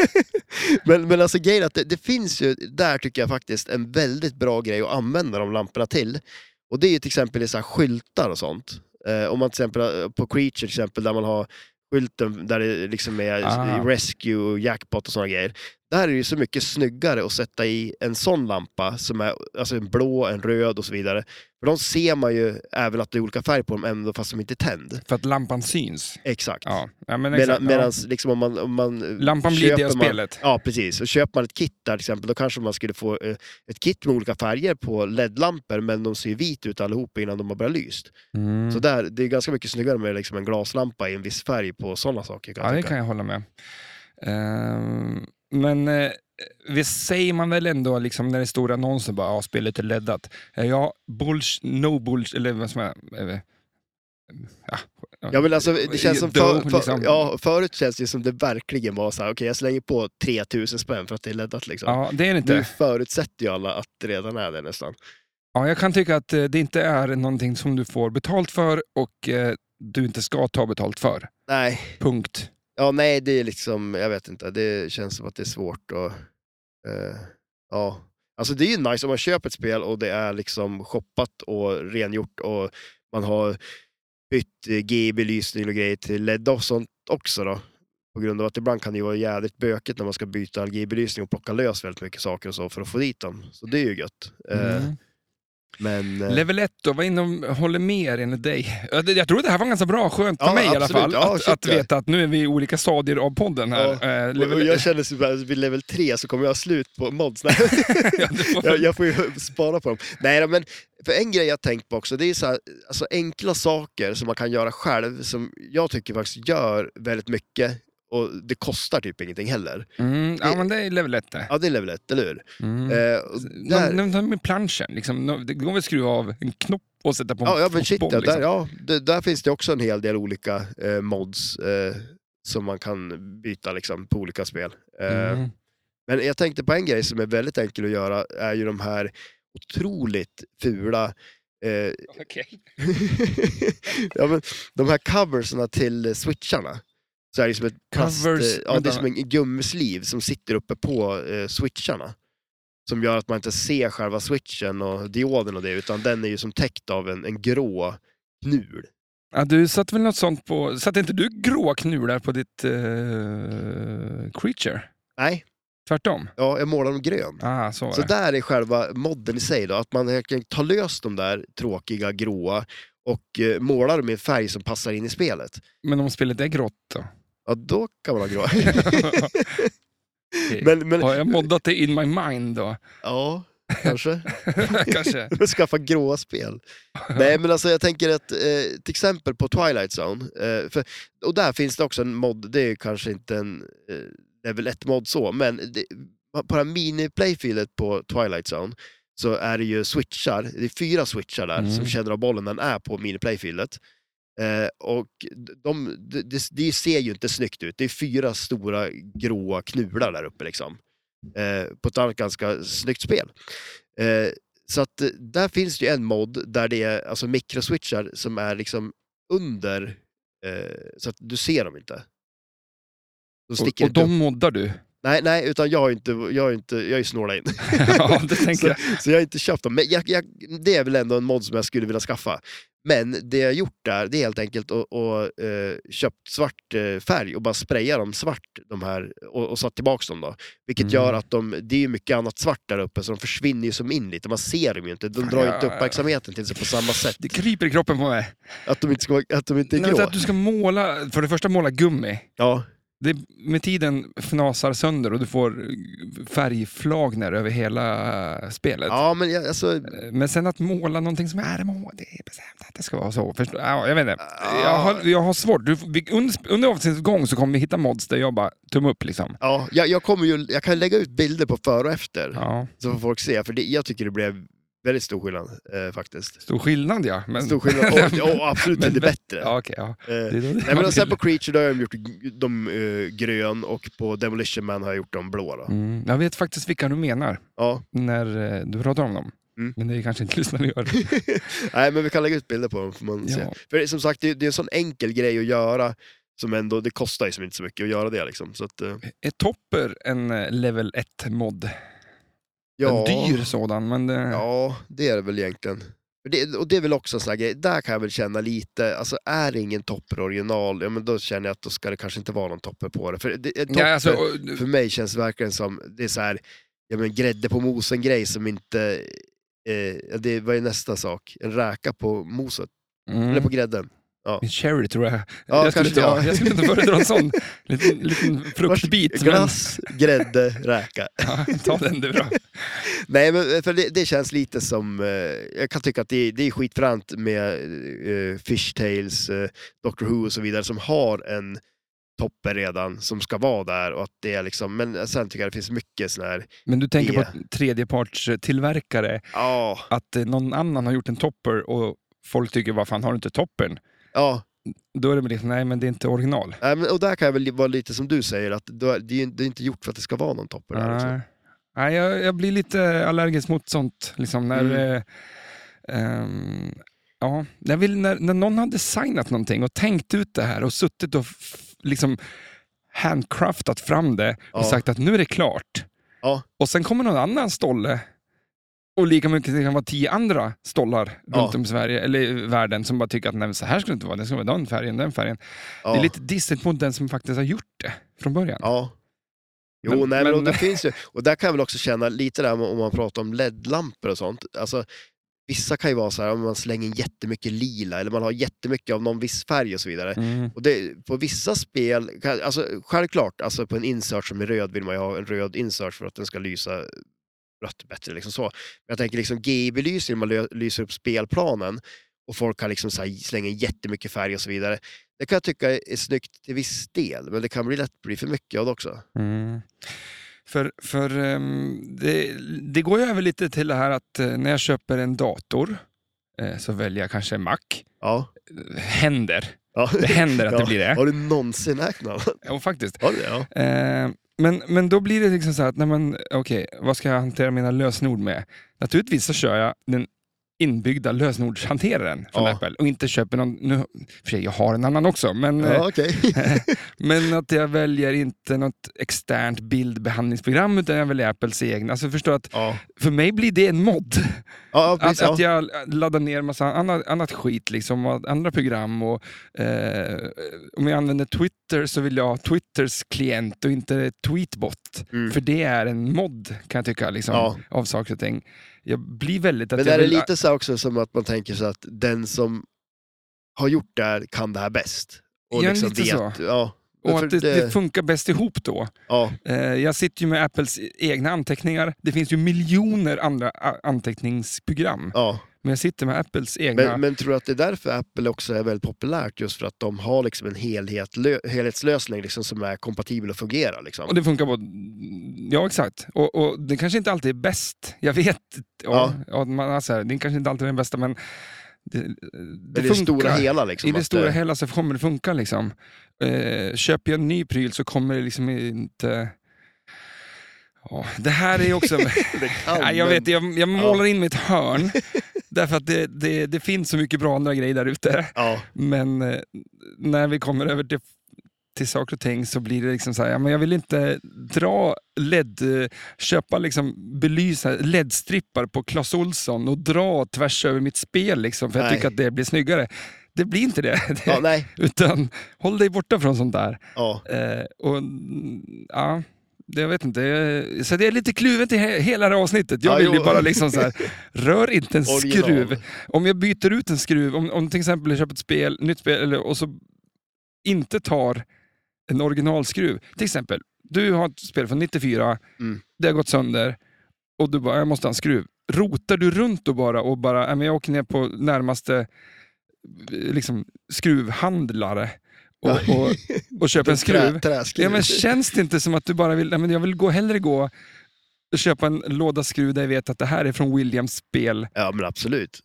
S2: Men, men alltså grejen är att det, det finns ju, där tycker jag faktiskt, en väldigt bra grej att använda de lamporna till. Och det är ju till exempel i så här skyltar och sånt. Eh, om man till exempel har- på Creature till exempel, där man har skylten där det liksom är
S1: Ah.
S2: Rescue och Jackpot och såna grejer. Där är det ju så mycket snyggare att sätta i en sån lampa som är alltså en blå, en röd och så vidare. För de ser man ju även att det är olika färg på dem, även fast de inte är tänd.
S1: För att lampan syns.
S2: Exakt.
S1: Ja, ja men exakt.
S2: Medan,
S1: ja.
S2: medans liksom om man, om man
S1: Lampan blir det
S2: köper man-
S1: spelet.
S2: Ja, precis. Och köper man ett kit där till exempel, då kanske man skulle få eh, ett kit med olika färger på LED-lampor, men de ser ju vit ut allihopa innan de har börjat lyst.
S1: Mm.
S2: Så där, det är ganska mycket snyggare med liksom en glaslampa i en viss färg på sådana saker. Kan
S1: Ja,
S2: jag
S1: det
S2: tycka.
S1: kan jag hålla med. Ehm, men eh, visst säger man väl ändå liksom när det står i annonsen bara ja, spelet är leddat. Eh, Ja, bulls, no bulls, eller vad som är... eh, Ja,
S2: Ja, men alltså, det känns som
S1: Dough,
S2: för, för,
S1: liksom.
S2: ja, förut känns det ju som det verkligen var så här, okej jag slänger på 3000 spänn för att det är leddat liksom.
S1: ja, det är det
S2: Nu
S1: inte.
S2: förutsätter ju alla att det redan är det nästan.
S1: Ja, jag kan tycka att eh, det inte är någonting som du får betalt för och eh, du inte ska ta betalt för.
S2: Nej,
S1: Punkt.
S2: Ja, nej, det är liksom, jag vet inte, det känns som att det är svårt och, eh, ja. Alltså det är ju nice om man köper ett spel och det är liksom shoppat och rengjort och man har bytt eh, GI-belysning och grejer till LED och sånt också då. På grund av att ibland kan det ju vara jädrigt bökigt när man ska byta all GI-belysning och plocka lös väldigt mycket saker och så för att få dit dem. Så det är ju gött. Eh,
S1: Mm.
S2: Men... eh,
S1: Level 1 då, vad innehåller mer enligt dig? Ja, det- Jag tror att det här var ganska bra, skönt för
S2: Ja,
S1: mig i alla
S2: absolut.
S1: fall.
S2: Ja,
S1: att,
S2: shit,
S1: att
S2: ja.
S1: veta att nu är vi i olika stadier av podden här.
S2: Ja,
S1: Eh,
S2: och- och
S1: level-
S2: jag känner så här, vid level 3 så kommer jag ha slut på mods. Nej.
S1: [laughs] Ja, du får-
S2: jag, jag får ju spara på dem. Nej då, men för en grej jag tänkt på också, det är så här, alltså enkla saker som man kan göra själv, som jag tycker faktiskt gör väldigt mycket och det kostar typ ingenting heller.
S1: Mm, ja, men det är level 1 det.
S2: Ja, det är level 1, eller hur?
S1: Mm.
S2: Eh, och där,
S1: Där... med planschen, liksom. Nå- det går väl att skruva av en knopp och sätta på en
S2: ja, ja, men shit,
S1: fotboll.
S2: ja,
S1: liksom.
S2: där, ja, det, där finns det också en hel del olika eh, mods eh, som man kan byta liksom, på olika spel. Eh,
S1: Mm.
S2: Men jag tänkte på en grej som är väldigt enkel att göra, är ju de här otroligt fula eh,
S1: Okej.
S2: [laughs] ja, men, de här coversen till eh, switcharna. Så är det som ett plast,
S1: Covers-
S2: eh, ja, det
S1: vänta.
S2: är som en gummisliv som sitter uppe på eh, switcharna. Som gör att man inte ser själva switchen och dioden och det, utan den är ju som täckt av en, en grå knul.
S1: Ja, du satte väl något sånt på... Satte inte du gråa knular på ditt eh, creature?
S2: Nej,
S1: Tvärtom?
S2: ja, jag målar dem grön.
S1: Ah, så var
S2: Så
S1: det.
S2: där är själva modden i sig då, att man verkligen tar lös de där tråkiga gråa och eh, målar dem i en färg som passar in i spelet.
S1: Men om spelet är grått
S2: [laughs]
S1: då?
S2: Ja, då kan man ha
S1: [laughs]
S2: grå.
S1: Okej.
S2: men, men,
S1: Har jag moddat det in my mind
S2: [laughs]
S1: då?
S2: ja, kanske.
S1: Kanske.
S2: [laughs] Skaffa gråa spel. Nej men alltså jag tänker att eh, till exempel på Twilight Zone, eh, för, och där finns det också en mod, det är kanske inte en eh, level 1 mod så, men det, på det här mini-playfieldet på Twilight Zone så är det ju switchar, det är fyra switchar där
S1: Mm.
S2: som känner av bollen när den är på mini-playfieldet. Eh, och de, det det- det ser ju inte snyggt ut, det är fyra stora gråa knular där uppe liksom. Eh, på ett annat ganska snyggt spel. Eh, så att eh, där finns det ju en mod där det är alltså mikroswitchar som är liksom under, eh, så att du ser dem inte. De
S1: Och,
S2: sticker
S1: och
S2: inte upp.
S1: de moddar du? [laughs]
S2: Nej, nej, utan jag har ju inte, jag har ju inte, jag är ju snåla in.
S1: ja, det tänker jag.
S2: Så jag har inte köpt dem. Men jag, jag, det är väl ändå en mod som jag skulle vilja skaffa. Men det jag gjort där, det är helt enkelt att att, eh, köpt svart eh, färg och bara sprayat dem svart, de här, och, och satt tillbaka dem då. Vilket
S1: Mm.
S2: gör att de, det är ju mycket annat svart där uppe, så de försvinner ju som in lite. Man ser dem ju inte, de
S1: Fan,
S2: drar
S1: jag-
S2: inte uppmärksamheten till sig på samma sätt.
S1: Det kryper i kroppen på mig.
S2: Att de inte, ska, vara- att de inte är
S1: Nej, men
S2: grå.
S1: att du ska måla, för det första måla gummi.
S2: Ja,
S1: Det med tiden fnasar sönder och du får färgflagner över hela eh, spelet.
S2: ja men jag, alltså,
S1: Men sen att måla någonting som är må, det är bestämt att det ska vara så. Förstå, ja, jag vet inte.
S2: Ja.
S1: Jag, har, jag har svårt. Du, vi, under under avsnittets gång så kommer vi hitta mods där jag bara tumme upp liksom.
S2: ja, jag, jag, kommer ju, jag kan lägga ut bilder på före och efter.
S1: Ja,
S2: Så får folk se, för det, jag tycker det blev väldigt stor skillnad eh, faktiskt.
S1: stor skillnad ja. Men, [laughs]
S2: Stor skillnad, och, och absolut
S1: Men-
S2: inte bättre.
S1: ja, okej, ja.
S2: Eh,
S1: Det är då det
S2: Nej, men
S1: man
S2: sen
S1: vill.
S2: på Creature då har jag gjort g- dem eh, grön och på Demolition Man har jag gjort dem blå. Då.
S1: Mm, jag vet faktiskt vilka du menar
S2: Ja,
S1: när eh, du pratar om dem.
S2: Mm.
S1: Men det är kanske inte lyssnarna
S2: [laughs]
S1: gör.
S2: Nej, men vi kan lägga ut bilder på dem. Får man se.
S1: Ja.
S2: För som sagt, det, det är en sån enkel grej att göra. Som ändå, det kostar ju som inte så mycket att göra det liksom. Så att, eh,
S1: Är Topper en eh, level 1-mod?
S2: ja,
S1: En dyr sådan, men eh, det...
S2: Ja, det är det väl egentligen. Men Det, och det är väl också en sån här grej, där kan jag väl känna lite, alltså är det ingen topper original, ja men då känner jag att då ska det kanske inte vara någon topper på det. För det, eh, topper,
S1: Ja, alltså, och-
S2: för mig känns det verkligen som, det är så här, ja men grädde på mosen grej som inte, eh, ja, det var ju nästa sak, en räka på moset, eller
S1: mm.
S2: på grädden.
S1: Min cherry tror jag.
S2: Ja,
S1: jag, skulle
S2: kanske,
S1: inte,
S2: ja.
S1: jag skulle inte föredra en sån liten, liten fruktbit. [laughs] Men,
S2: Glass, [laughs] grädde, räka.
S1: ja, ta den du då.
S2: Nej, men eh, för det, det känns lite som... Eh, jag kan tycka att det, är- det är skitfränt med eh, Fishtails, eh, Doctor Who och så vidare som har en topper redan som ska vara där. Och att det är liksom, men sen tycker jag det finns mycket sån här...
S1: Men du tänker
S2: Det.
S1: på tredjepartstillverkare,
S2: Ja,
S1: att eh, någon annan har gjort en topper och folk tycker, vad fan har du inte toppern?
S2: ja.
S1: Då är det väl liksom, nej men det är inte original.
S2: Nej, Äh, men- Och där kan jag väl vara lite som du säger, att då är- det är, ju- det är inte gjort för att det ska vara någon topper. Där, liksom.
S1: Nej, Nej, jag, jag blir lite allergisk mot sånt. Liksom, när,
S2: Mm.
S1: eh, ehm, ja, jag vill, när, när någon har designat någonting och tänkt ut det här och suttit och f- liksom handcraftat fram det och
S2: Ja.
S1: sagt att nu är det klart.
S2: Ja.
S1: Och sen kommer någon annan stolle och lika mycket det kan vara tio andra stollar
S2: Ja.
S1: runt om i Sverige, eller i världen som bara tycker att nej, men så här ska det inte vara, det ska vara den färgen, den färgen.
S2: Ja.
S1: Det är lite dissigt mot den som faktiskt har gjort det från början.
S2: Ja. Jo,
S1: Men-
S2: nej, men,
S1: men-
S2: och det finns ju. Och där kan jag väl också känna lite där om man pratar om LED-lampor och sånt. Alltså, vissa kan ju vara så här, om man slänger in jättemycket lila eller man har jättemycket av någon viss färg och så vidare.
S1: Mm.
S2: Och det, på vissa spel, kan- alltså, självklart, alltså på en insert som är röd vill man ju ha en röd insert för att den ska lysa rött bättre. Liksom så. Men jag tänker liksom GI-belysning, man lö- lyser upp spelplanen och folk kan liksom så här slänga in jättemycket färg och så vidare. Det kan jag tycka är snyggt till viss del, men det kan bli lätt bli för mycket av det också.
S1: Mm. För, för ehm, det, det går ju över lite till det här att eh, när jag köper en dator eh, så väljer jag kanske en Mac.
S2: Ja.
S1: Eh, Händer.
S2: [laughs] ja.
S1: Det händer att det
S2: Ja.
S1: blir det.
S2: Har du någonsin ägt någon?
S1: Ja, faktiskt.
S2: Har du det? Ja.
S1: Eh, men, men då blir det liksom så här att, nej men, okej, vad ska jag hantera mina lösenord med? Naturligtvis så kör jag den inbyggda lösenordshanteraren från
S2: Ja.
S1: Apple och inte köper någon, nu, för sig, jag har en annan också, men, eh,
S2: Ja, [laughs] okej.
S1: [laughs] men att jag väljer inte något externt bildbehandlingsprogram utan jag väljer Apples egna. Alltså förstår att
S2: ja.
S1: För mig blir det en mod.
S2: ja, precis.
S1: Att,
S2: Ja.
S1: att jag laddar ner massa annat, annat skit, liksom, och andra program. Och, eh, om jag använder Twitter så vill jag ha Twitters klient och inte Tweetbot.
S2: Mm.
S1: För det är en mod, kan jag tycka, liksom,
S2: Ja.
S1: av saker och ting. Jag blir väldigt... Att
S2: Men
S1: jag
S2: är det
S1: vill-
S2: lite så här också som att man tänker så att den som har gjort det här kan det här bäst?
S1: Ja,
S2: liksom
S1: lite så.
S2: Ja,
S1: och
S2: för
S1: att det,
S2: det-
S1: det funkar bäst ihop då.
S2: ja,
S1: Eh, jag sitter ju med Apples e- egna anteckningar. Det finns ju miljoner andra a- anteckningsprogram.
S2: ja.
S1: Men jag sitter med Apples egna...
S2: Men, men tror du att det är därför Apple också är väldigt populärt? Just för att de har liksom en helhet, lö, helhetslösning liksom som är kompatibel och fungerar. Liksom.
S1: Och det funkar på... Ja, exakt. Och, och det kanske inte alltid är bäst. Jag vet. Ja. Ja, man, alltså, det kanske inte alltid är den bästa, men det, eh, det,
S2: det är det
S1: funkar.
S2: stora hela. Liksom,
S1: I det
S2: att,
S1: stora
S2: eh,
S1: hela så kommer det funka. Liksom. Eh, köper jag en ny pryl så kommer det liksom inte... Ja, det här är ju också...
S2: [laughs] det kan,
S1: Nej, jag
S2: men-
S1: vet, jag, jag målar in mitt hörn. [laughs] därför att det, det, det finns så mycket bra andra grejer där ute.
S2: Ja,
S1: Men eh, när vi kommer över till, till saker och ting så blir det liksom så här, ja, men jag vill inte dra LED, eh, köpa liksom belysa LED-strippar på Clas Ohlson och dra tvärs över mitt spel liksom, för jag
S2: Nej.
S1: tycker att det blir snyggare. Det blir inte det. det [laughs]
S2: ja, nej.
S1: Utan håll dig borta från sånt där.
S2: Ja.
S1: Eh, och, mm, ja, det, jag vet inte. eh, Så det är lite kluvet i he- hela det här avsnittet. Jag
S2: Ja,
S1: vill ju
S2: jo.
S1: bara liksom så
S2: [laughs]
S1: här, rör inte en
S2: Original.
S1: skruv. Om jag byter ut en skruv, om, om till exempel jag köper ett spel, nytt spel eller, och så inte tar en originalskruv. Till exempel, du har ett spel från 94,
S2: Mm.
S1: det har gått sönder och du bara, jag måste ha en skruv. Rotar du runt då bara och bara, "Nej, men jag åker ner på närmaste eh, liksom, skruvhandlare och,
S2: Ja.
S1: och, och köper [laughs] en skruv.
S2: Trä, träskruv.
S1: Ja, men känns det inte som att du bara vill, nej, men jag vill gå, hellre gå och köpa en låda skruv där jag vet att det här är från Williams spel
S2: ja, men absolut.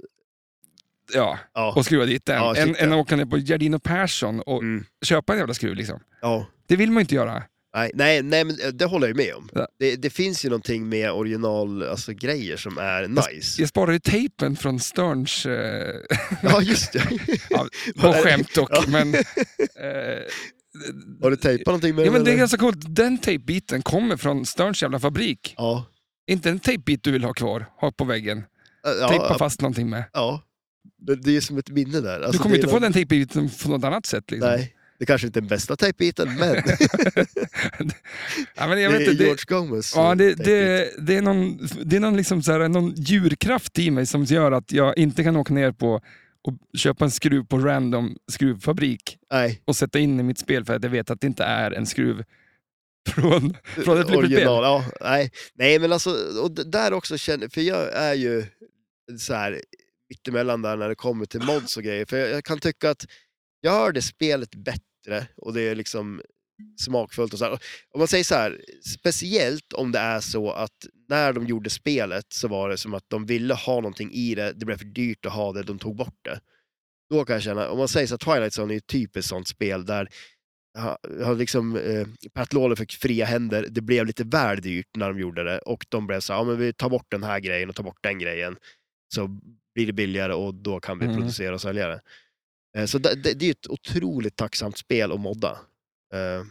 S1: ja,
S2: Ja,
S1: och skruva dit den,
S2: Ja, shit,
S1: än, än
S2: ja.
S1: att åka ner på Gardin och Persson och
S2: Mm.
S1: köpa en jävla skruv. Liksom.
S2: ja.
S1: Det vill man ju inte göra.
S2: Nej, nej, nej, men eh, det håller jag ju med om.
S1: Ja.
S2: Det, det finns ju någonting med original, alltså grejer som är nice.
S1: Jag sparade ju tejpen från Sterns... Eh,
S2: [laughs] Ja,
S1: [laughs]
S2: just det.
S1: på skämt dock,
S2: Ja. [laughs]
S1: men... Eh,
S2: Har du tejpat någonting med
S1: ja, men
S2: den?
S1: det är
S2: eller?
S1: ganska coolt. Den tejpbiten kommer från Sterns jävla fabrik.
S2: Ja.
S1: Inte en tejpbit du vill ha kvar, ha på väggen.
S2: Ja,
S1: Tejpa
S2: ja,
S1: fast någonting med.
S2: ja. Det, det är som ett minne där. Alltså,
S1: du kommer
S2: det är
S1: inte få
S2: någon-
S1: den tejpbiten på något annat sätt. Liksom.
S2: Nej, det kanske inte är den bästa tejpbiten,
S1: [laughs]
S2: men
S1: Ja, men jag
S2: det
S1: vet
S2: är
S1: inte, det,
S2: George Gomez.
S1: ja, det,
S2: tejpbit.
S1: det, det är någon, det är någon, liksom så här, någon djurkraft i mig som gör att jag inte kan åka ner på och köpa en skruv på random skruvfabrik
S2: Nej,
S1: och sätta in i mitt spel för att jag vet att det inte är en skruv från, från ett flipperspel.
S2: Eh, original. Ja, nej. nej, men alltså, och d- där också känner, för jag är ju så här mittemellan där när det kommer till mods och grejer. För jag, jag kan tycka att jag hör det spelet bättre och det är liksom smakfullt och så här. Om man säger så här, speciellt om det är så att när de gjorde spelet så var det som att de ville ha någonting i det, det blev för dyrt att ha det, de tog bort det. Då kan jag känna, om man säger så här, Twilight Zone är ju ett typiskt sånt spel där ha- har liksom, eh, Pat Lawler fick fria händer, det blev lite väl dyrt när de gjorde det och de blev så här, ja men vi tar bort den här grejen och tar bort den grejen så blir det billigare och då kan vi
S1: Mm.
S2: producera och sälja det. Eh, Så det, det, det är ju ett otroligt tacksamt spel att modda. Eh,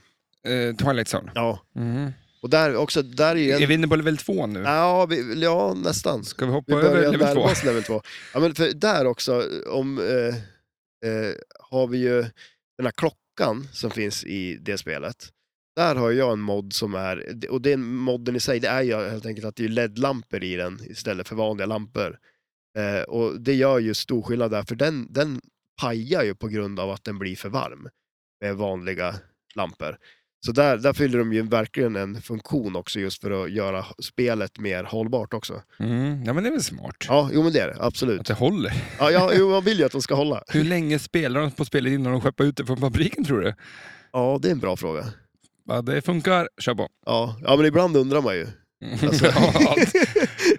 S1: Eh, Twilight Zone.
S2: Ja,
S1: Mm.
S2: och där också, där är ju en...
S1: Är vi inne på level 2 nu?
S2: Ja, vi, ja, nästan.
S1: Ska vi
S2: Vi
S1: hoppa över
S2: börjar
S1: level 2?
S2: närma oss level 2. Ja, men för där också, om, eh, eh, har vi ju den här klockan som finns i det spelet. Där har jag en mod som är, och den modden i sig, det är ju helt enkelt att det är LED-lampor i den istället för vanliga lampor. Eh, och det gör ju stor skillnad där, för den, den pajar ju på grund av att den blir för varm med vanliga lampor. Så där, där fyller de ju verkligen en funktion också just för att göra spelet mer hållbart också.
S1: Mm. Ja, men det är väl smart?
S2: Ja, jo men det är det. Absolut.
S1: Att det håller.
S2: Ja, ja, jo, man vill ju att de ska hålla.
S1: Hur länge spelar de på spelet innan de skeppar ut det från fabriken tror du?
S2: Ja, det är en bra fråga.
S1: Ja, det funkar, kör på.
S2: Ja, ja men ibland undrar man ju. [laughs]
S1: [laughs]
S2: Alltså, [laughs]
S1: ja,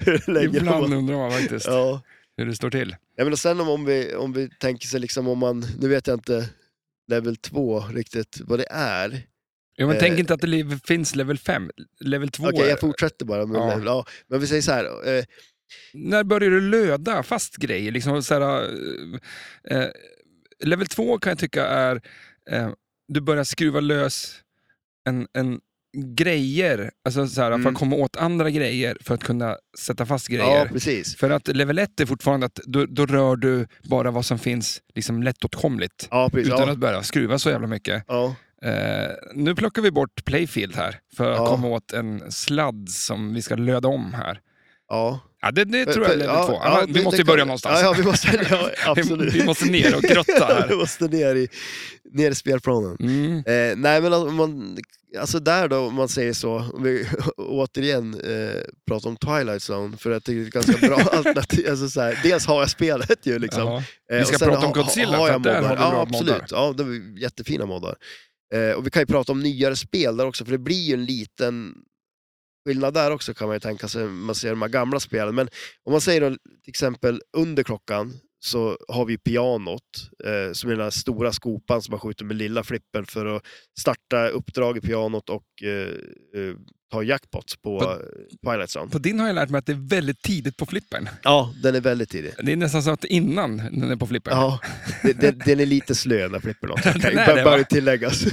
S2: hur länge
S1: ibland
S2: man...
S1: undrar man faktiskt
S2: Ja.
S1: hur det står till.
S2: ja, men och sen om, om, vi, om vi tänker sig liksom om man, nu vet jag inte level 2 riktigt vad det är.
S1: Ja, men
S2: Eh.
S1: tänk inte att det lev- finns level 5, level 2.
S2: Okej, jag fortsätter bara. Med
S1: Ja.
S2: level, ja. Men vi säger så här, eh,
S1: När börjar du löda fast grejer? Liksom så här, eh, eh, level 2 kan jag tycka är, eh, du börjar skruva lös en, en grejer, alltså så här, för
S2: Mm.
S1: att komma åt andra grejer för att kunna sätta fast grejer.
S2: ja precis.
S1: För att level 1 är fortfarande att då, då rör du bara vad som finns liksom lättåtkomligt.
S2: Ja, precis.
S1: Utan
S2: Ja,
S1: att börja skruva så jävla mycket.
S2: ja.
S1: Eh, nu plockar vi bort playfield här för att
S2: Ja.
S1: komma åt en sladd som vi ska löda om här.
S2: ja.
S1: Ja, det, det tror jag är level 2.
S2: Eh, Ja,
S1: Ja,
S2: ja,
S1: vi
S2: det-
S1: måste
S2: det
S1: ju börja
S2: kan-
S1: någonstans.
S2: Ja, ja, vi måste, ja,
S1: [laughs]
S2: absolut.
S1: vi måste ner och grotta här.
S2: [laughs] vi måste ner i, ner i spelplanen.
S1: Mm.
S2: Eh, nej men alltså, man, alltså där då, om man säger så, om vi [laughs] återigen eh, pratar om Twilight Zone, för jag tycker det är ett ganska bra alternativ. Alltså, så här, dels har jag spelet ju liksom.
S1: Ja.
S2: Eh,
S1: Vi ska
S2: och sen
S1: prata om
S2: ha- ha-
S1: Godzilla,
S2: har
S1: för
S2: jag
S1: att där har
S2: moddar.
S1: du bra
S2: Ja,
S1: moddar.
S2: absolut. Ja, det är jättefina moddar. Eh, och vi kan ju prata om nyare spel där också, för det blir ju en liten skillnad där också kan man ju tänka sig, man ser de här gamla spelen. Men om man säger då, till exempel under klockan så har vi pianot, eh, som är den här stora skopan som man skjuter med lilla flippen för att starta uppdrag i pianot och eh, eh, ta jackpots på
S1: På-
S2: eh, Twilight Zone.
S1: På din har jag lärt mig att det är väldigt tidigt på flippen.
S2: Ja, den är väldigt tidig.
S1: Det är nästan så att innan den är på flippen.
S2: Ja, det- det- den är lite slö den här flippen också.
S1: [laughs] Den
S2: Kan
S1: är
S2: ju
S1: det,
S2: bara
S1: va? [laughs]
S2: tilläggas.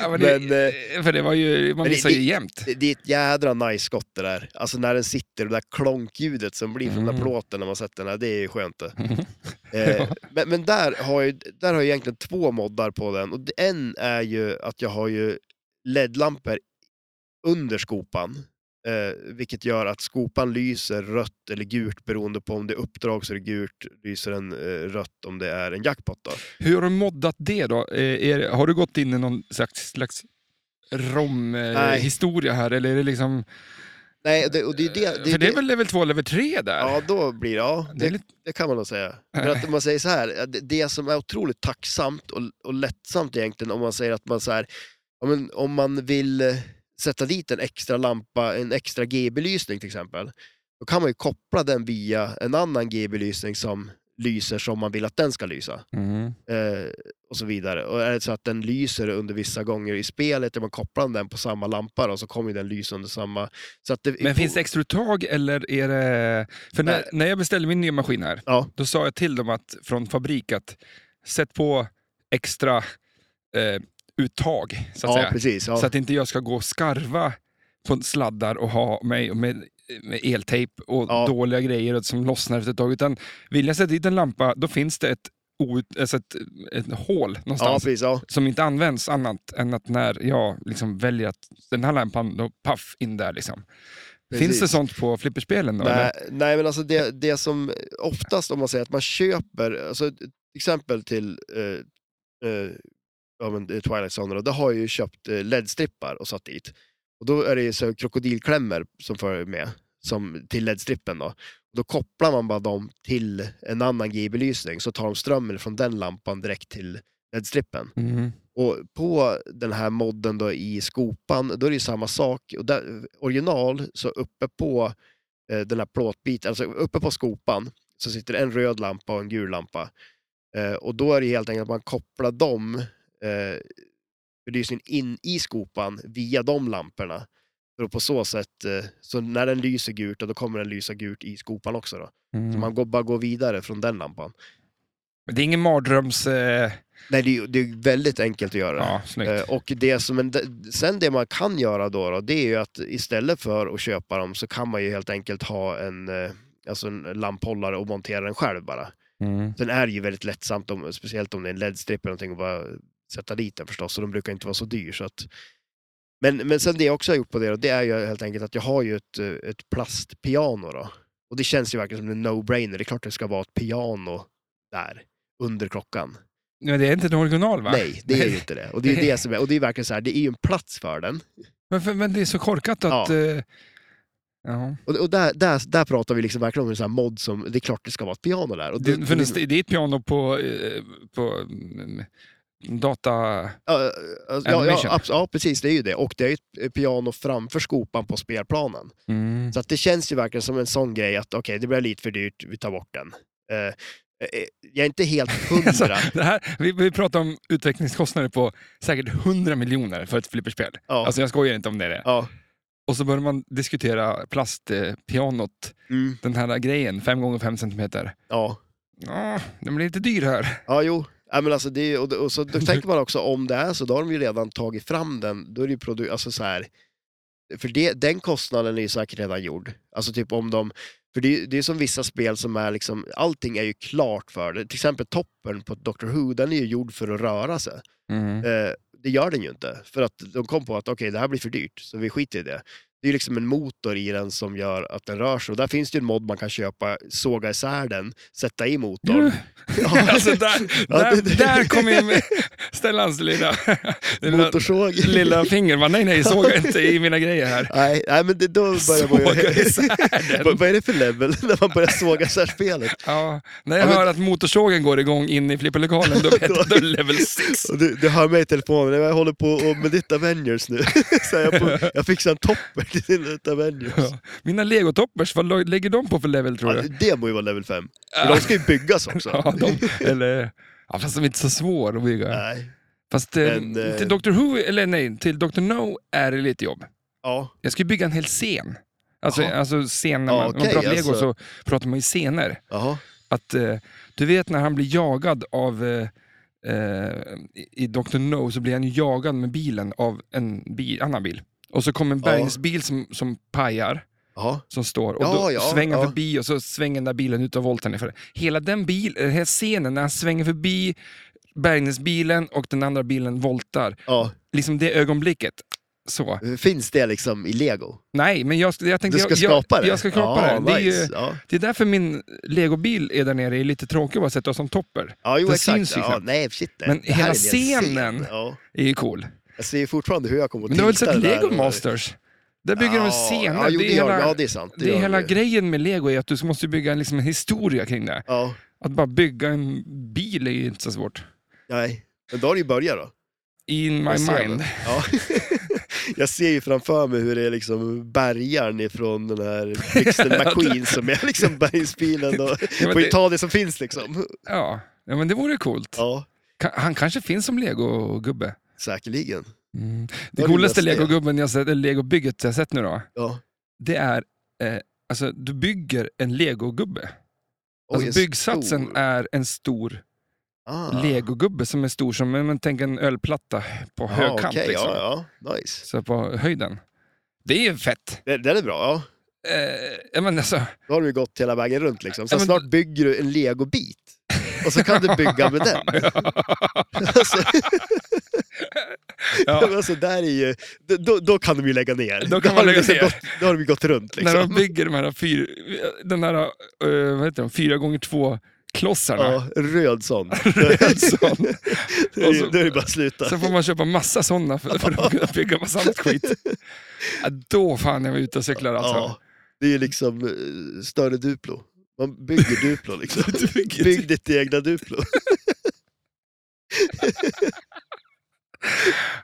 S1: Ja, men det,
S2: men, eh,
S1: för det var ju, man
S2: men det-
S1: missar ju
S2: det-
S1: jämt.
S2: Det, det är ett jädra nice skott det där. Alltså när den sitter, det där klonkljudet som blir från den där
S1: Mm.
S2: plåten när man sätter den här, det är ju skönt det.
S1: Mhm.
S2: [laughs] Eh, men, men där har jag ju- där har jag egentligen två moddar på den. Och det- en är ju att jag har ju LED-lampor under skopan. Eh, vilket gör att skopan lyser rött eller gult beroende på om det är uppdrag så är det gult, lyser den eh, rött om det är en jackpot då.
S1: Hur har du moddat det då? Eh, Är, har du gått in i någon slags, slags
S2: Nej.
S1: rom-historia här? Eller är det liksom...
S2: Nej, det, och det är det,
S1: för det är väl level 2 level 3 där?
S2: Ja, då blir det, ja,
S1: det är
S2: det,
S1: lite,
S2: det kan man nog säga. För att om man säger så här, det, det som är otroligt tacksamt och, och lättsamt egentligen om man säger att man så här, ja, men om man vill eh, sätta dit en extra lampa, en extra G-belysning till exempel, då kan man ju koppla den via en annan G-belysning som lyser som man vill att den ska lysa.
S1: Mm.
S2: Eh, och så vidare. Och är det så att den lyser under vissa gånger i spelet, där man kopplar den på samma lampa då, så kommer ju den lysa under samma... Så att det,
S1: Men finns det extra tag eller är det... För när,
S2: Nej.
S1: när jag beställde min nya maskin här,
S2: Ja.
S1: då sa jag till dem att, från fabrik att sätt på extra eh, uttag, så att
S2: Ja,
S1: säga.
S2: precis. Ja.
S1: Så att inte jag ska gå och skarva på sladdar och ha mig med, med eltejp och
S2: Ja.
S1: dåliga grejer som lossnar efter ett tag. Utan vill jag sätta dit en lampa, då finns det ett, out, alltså ett, ett hål
S2: ja,
S1: någonstans
S2: precis. Ja.
S1: som inte används annat än att när jag liksom väljer att den här lampan, då paff in där. Liksom. Finns
S2: Precis.
S1: det sånt på flipperspelen? Då,
S2: Nej,
S1: eller?
S2: nej, men alltså det, det som oftast om man säger att man köper, alltså till exempel till eh, eh, ja, men eh, Twilight Zone, då, då har jag ju köpt eh, LED-strippar och satt dit. Och då är det ju så här krokodilklämmor som följer med som, till LED-strippen. Då. då kopplar man bara dem till en annan GI-belysning så tar de strömmen från den lampan direkt till LED-strippen.
S1: Mhm.
S2: Och på den här modden då i skopan, då är det ju samma sak. Och där, original, så uppe på eh, den här plåtbiten, alltså uppe på skopan, så sitter en röd lampa och en gul lampa. Eh, och då är det helt enkelt att man kopplar dem, eh, belysningen in i skopan via de lamporna. För att på så sätt, eh, så när den lyser gult, då kommer den lysa gult i skopan också. Då. Så
S1: Mm.
S2: man går, bara går vidare från den lampan.
S1: Men Det är ingen mardröms... Eh,
S2: Nej, det är ju det är väldigt enkelt att göra.
S1: ja, snyggt.
S2: Eh, Och det som en, sen det man kan göra då, då, det är ju att istället för att köpa dem så kan man ju helt enkelt ha en, eh, alltså en lamphållare och montera den själv bara.
S1: Mm.
S2: Sen är det ju väldigt lättsamt, om, speciellt om det är en LED-stripp eller någonting, att bara sätta dit den förstås. Och de brukar inte vara så dyr. Så att... men, men sen det jag också har gjort på det, då, det är ju helt enkelt att jag har ju ett, eh, ett plastpiano. Då. Och det känns ju verkligen som en no-brainer. Det är klart det ska vara ett piano där, under klockan.
S1: Men det är inte en original va?
S2: Nej, det är ju inte det. Och det är ju det som är, och det är verkligen så här, det är ju en plats för den.
S1: Men, för, men det är så korkat att...
S2: Ja.
S1: Eh, ja.
S2: Och, och där, där, där pratar vi liksom verkligen om en sån här mod som, det är klart det ska vara ett piano där. Och
S1: Det, för det, det är ett piano på, eh, på mm, data...
S2: ja, ja, ja,
S1: Animation.
S2: ja, abs- ja, precis, det är ju det. Och det är ju ett eh, piano framför skopan på spelplanen. Så att det känns ju verkligen som en sån grej att okej, det blir lite för dyrt, vi tar bort den. Eh, eh, jag är inte helt
S1: [laughs] Alltså,
S2: hundra.
S1: det här, vi, vi pratar om utvecklingskostnader på säkert 100 miljoner för ett flipperspel.
S2: ja,
S1: Alltså jag skojar inte om det. Är det.
S2: ja,
S1: Och så börjar man diskutera plastpianot,
S2: mm,
S1: den här grejen, 5 gånger 5 centimeter.
S2: ja.
S1: Ja, den blir lite dyr här.
S2: Ja, jo. Ja, men alltså det, är- och, och så då tänker man också om det är så, då har de ju redan tagit fram den. Då är det ju produ- alltså så här, för det, den kostnaden är ju säkert redan gjord. Alltså typ om de, för det, är ju- det är som vissa spel som är liksom, allting är ju klart för det. Till exempel toppen på Doctor Who, den är ju gjord för att röra sig. Eh, det gör den ju inte, för att de kom på att okej, det här blir för dyrt, så vi skiter i det. Det är ju liksom en motor i den som gör att den rör sig. Och där finns det ju en mod man kan köpa, såga isär den, sätta i motorn. [laughs] Ja.
S1: alltså där,
S2: Ja,
S1: där,
S2: det- det-
S1: där kommer ju [laughs] Stellans
S2: [laughs]
S1: lilla, lilla,
S2: Motorsåg.
S1: [laughs] lilla finger. Va, nej, nej, såg jag inte i mina grejer
S2: [laughs]
S1: här.
S2: Nej, nej, men det, då börjar man
S1: Såga [laughs]
S2: ju... [laughs]
S1: isär den.
S2: Vad- Vad är det
S1: [laughs]
S2: för level när man börjar såga så här spelet?
S1: Ja, när jag
S2: Ja, men-
S1: hör att motorsågen går igång in i flipperlokalen,
S2: [laughs]
S1: då vet jag att det är level 6.
S2: Och du, du hör mig i telefonen, jag håller på och med ditt Avengers nu. [laughs] så jag, på, jag fixar en topper till ditt Avengers.
S1: Ja. Mina legotoppers, vad lo- lägger de på för level tror
S2: Ja,
S1: du?
S2: det må ju vara level 5. För de ska ju byggas också.
S1: [laughs] Ja, de, eller, ja, fast de är inte så svåra att bygga.
S2: Nej.
S1: Fast eh,
S2: Men, eh,
S1: till Dr. Who, eller nej, till Dr. No är det lite jobb.
S2: Ja,
S1: Jag ska ju bygga en hel scen. Alltså,
S2: Jaha.
S1: alltså scen, när man,
S2: Ja,
S1: när man
S2: okej,
S1: pratar lego så
S2: alltså.
S1: pratar man ju scener.
S2: jaha.
S1: Att, eh, du vet när han blir jagad av, eh, eh, i- i Dr. No så blir han ju jagad med bilen av en bil, annan bil. Och så kommer en
S2: Ja.
S1: bärgningsbil som, som pajar.
S2: jaha.
S1: som står och
S2: Ja,
S1: då
S2: ja,
S1: svänger han
S2: ja.
S1: förbi och så svänger den där bilen ut och voltar ner för det. Hela den bil, den här scenen när han svänger förbi bärgningsbilen och den andra bilen voltar,
S2: Ja.
S1: liksom det ögonblicket. Så.
S2: Finns det liksom i lego?
S1: Nej, men jag, jag tänkte...
S2: Du ska
S1: jag,
S2: skapa
S1: jag,
S2: det?
S1: Jag ska skapa
S2: ja,
S1: det. Det är,
S2: nice.
S1: ju,
S2: ja.
S1: det är därför min legobil är där nere är lite tråkig att bara sätta som topper.
S2: ja, jo
S1: det
S2: exakt.
S1: syns ju
S2: ja,
S1: knappt.
S2: nej, shit, nej.
S1: Men
S2: Det här
S1: hela
S2: är en scen.
S1: scenen-
S2: Ja.
S1: Det är ju cool.
S2: Jag ser ju fortfarande hur jag kommer att
S1: Men du har väl
S2: tilta
S1: sett
S2: det där
S1: Lego
S2: och-
S1: Masters? Där bygger de scener.
S2: Ja, jo, det
S1: det är
S2: gör,
S1: hela,
S2: ja, det är sant.
S1: det är
S2: gör
S1: hela
S2: de ju.
S1: grejen med lego är att du måste bygga en, liksom, en historia kring det.
S2: Ja,
S1: Att bara bygga en bil är ju inte så svårt.
S2: nej. Men då har du ju börjat då.
S1: In my
S2: Jag ser det.
S1: mind.
S2: Ja. [laughs] Jag ser ju framför mig hur det är liksom bärgaren ifrån den här
S1: [laughs]
S2: Blixten McQueen som är liksom bergspilen och
S1: [laughs] Ja, men
S2: får ju
S1: det-
S2: ta det som finns liksom.
S1: Ja, ja men det vore ju coolt.
S2: Ja,
S1: Ka- Han kanske finns som legogubbe.
S2: säkerligen.
S1: Mm.
S2: det
S1: Det coolaste
S2: bästa, ja.
S1: legogubben jag sett, eller legobygget jag sett nu då,
S2: Ja.
S1: det är eh, alltså du bygger en legogubbe.
S2: Oj, en
S1: alltså, byggsatsen
S2: stor.
S1: är en stor
S2: Ah.
S1: legogubbe som är stor som, men tänk en ölplatta på
S2: Ja,
S1: högkant.
S2: okej,
S1: liksom.
S2: Ja, ja, nice.
S1: Så på höjden. Det är ju fett.
S2: Det, det är bra, ja.
S1: Eh, ja, men alltså,
S2: Då har du ju gått hela vägen runt liksom. Så
S1: Ja, men-
S2: snart bygger du en legobit. Och
S1: [laughs]
S2: så kan du bygga med den. Alltså,
S1: ja,
S2: alltså, där är ju, då, då kan de ju lägga ner.
S1: Då kan man
S2: har de
S1: lägga
S2: liksom
S1: ner.
S2: Gått, då har de ju gått runt [laughs] liksom.
S1: När de bygger de här fyra, den här, eh, vad heter de, fyra gånger två klossarna. [laughs]
S2: Ja, en röd sån.
S1: En sån.
S2: Då är
S1: Alltså. Och
S2: [laughs] det-
S1: så-
S2: då är det bara att sluta.
S1: Sen får man köpa massa sådana för, för att kunna bygga massa annat
S2: [laughs]
S1: skit. Ja, då fan är vi ute och cyklar alltså.
S2: Ja, det är ju liksom eh, större Duplo. Man bygger Duplo liksom.
S1: [laughs] [laughs] Du bygger-
S2: Bygg ditt egna Duplo.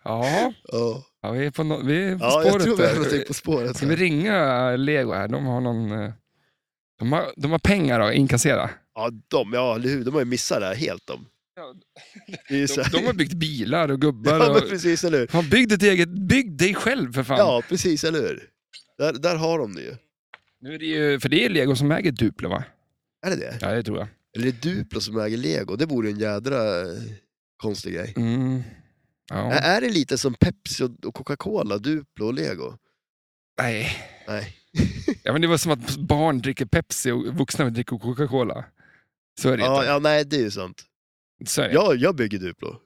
S1: Ja,
S2: Ja,
S1: ja vi är på, no, vi är på
S2: ja jag
S1: spåret
S2: tror Typ. vi har någonting
S1: där.
S2: på spåret.
S1: Ska vi ringa Lego här? De har någon... eh, De har, de har pengar att inkassera.
S2: Ja, de, ja, eller hur? De har ju missat det här helt. De,
S1: Ja,
S2: det är ju
S1: De,
S2: så här-
S1: de har byggt bilar och
S2: [laughs] ja,
S1: gubbar. Och,
S2: men precis, eller hur?
S1: fan, bygg ditt eget, bygg dig själv för fan.
S2: Ja, precis, eller hur? Där, där har de det ju.
S1: Nu är det ju, för det är Lego som äger Duplo va?
S2: Är det det?
S1: Ja, det tror jag.
S2: Eller är det Duplo som äger Lego? Det vore ju en jädra eh, konstig grej.
S1: Mm. Ja.
S2: Är är det lite som Pepsi och- och Coca-Cola, Duplo och Lego?
S1: Nej.
S2: Nej.
S1: Ja, men det var som att barn dricker Pepsi och vuxna dricker Coca-Cola. Så är det
S2: Ja,
S1: inte.
S2: ja, nej, det är ju sant.
S1: Så är det.
S2: Jag, jag bygger Duplo.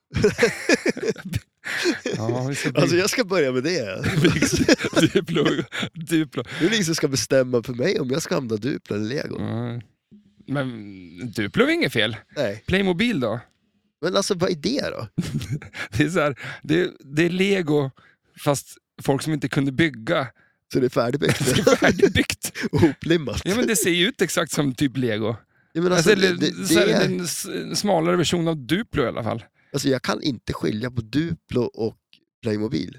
S1: Ja, vi ska bli...
S2: Alltså jag ska börja med det.
S1: [laughs] Duplo. Duplo.
S2: Det är ingen som ska bestämma för mig om jag ska använda Duplo eller Lego.
S1: Mm. Men Duplo är inget fel.
S2: Nej.
S1: Playmobil då?
S2: Men alltså vad är det då?
S1: Det är, så här, det, det är lego, fast folk som inte kunde bygga. [laughs]
S2: Så det är färdigbyggt [laughs]
S1: Det är färdigbyggt.
S2: och hoplimmat.
S1: Ja, men det ser ju ut exakt som typ lego.
S2: Ja, men
S1: Alltså,
S2: alltså,
S1: eller,
S2: det, det,
S1: så här,
S2: det är,
S1: en s- en smalare version av Duplo i alla fall.
S2: alltså jag kan inte skilja på Duplo och Playmobil.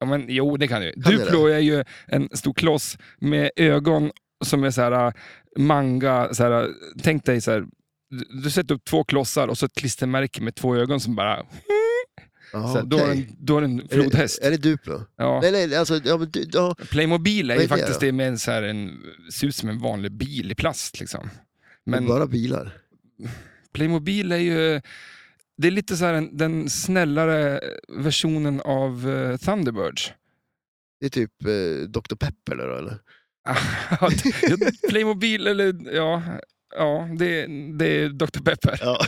S1: Ja, men, jo, det kan du.
S2: Kan jag
S1: Duplo är ju en stor kloss med ögon som är så här äh, manga. Så här, äh, tänk dig så här, du, du sätter upp två klossar och så ett klistermärke med två ögon som bara...
S2: Jaha,
S1: så här, då,
S2: okej.
S1: är en, då är det en
S2: är, det,
S1: flodhäst.
S2: är det Duplo?
S1: ja.
S2: Nej, nej, alltså, ja, men, du, ja,
S1: Playmobil är
S2: Vad
S1: ju
S2: är det
S1: faktiskt
S2: då?
S1: det med en, så här, en, ser ut som en vanlig bil i plast. Liksom.
S2: det är
S1: Men
S2: bara bilar.
S1: Playmobil är ju... Det är lite så här en, den snällare versionen av eh, Thunderbirds.
S2: Det är typ eh, Dr. Pepper eller? eller?
S1: Ah, [laughs] Ja, det- Playmobil eller ja, ja det, det är Dr. Pepper.
S2: Ja,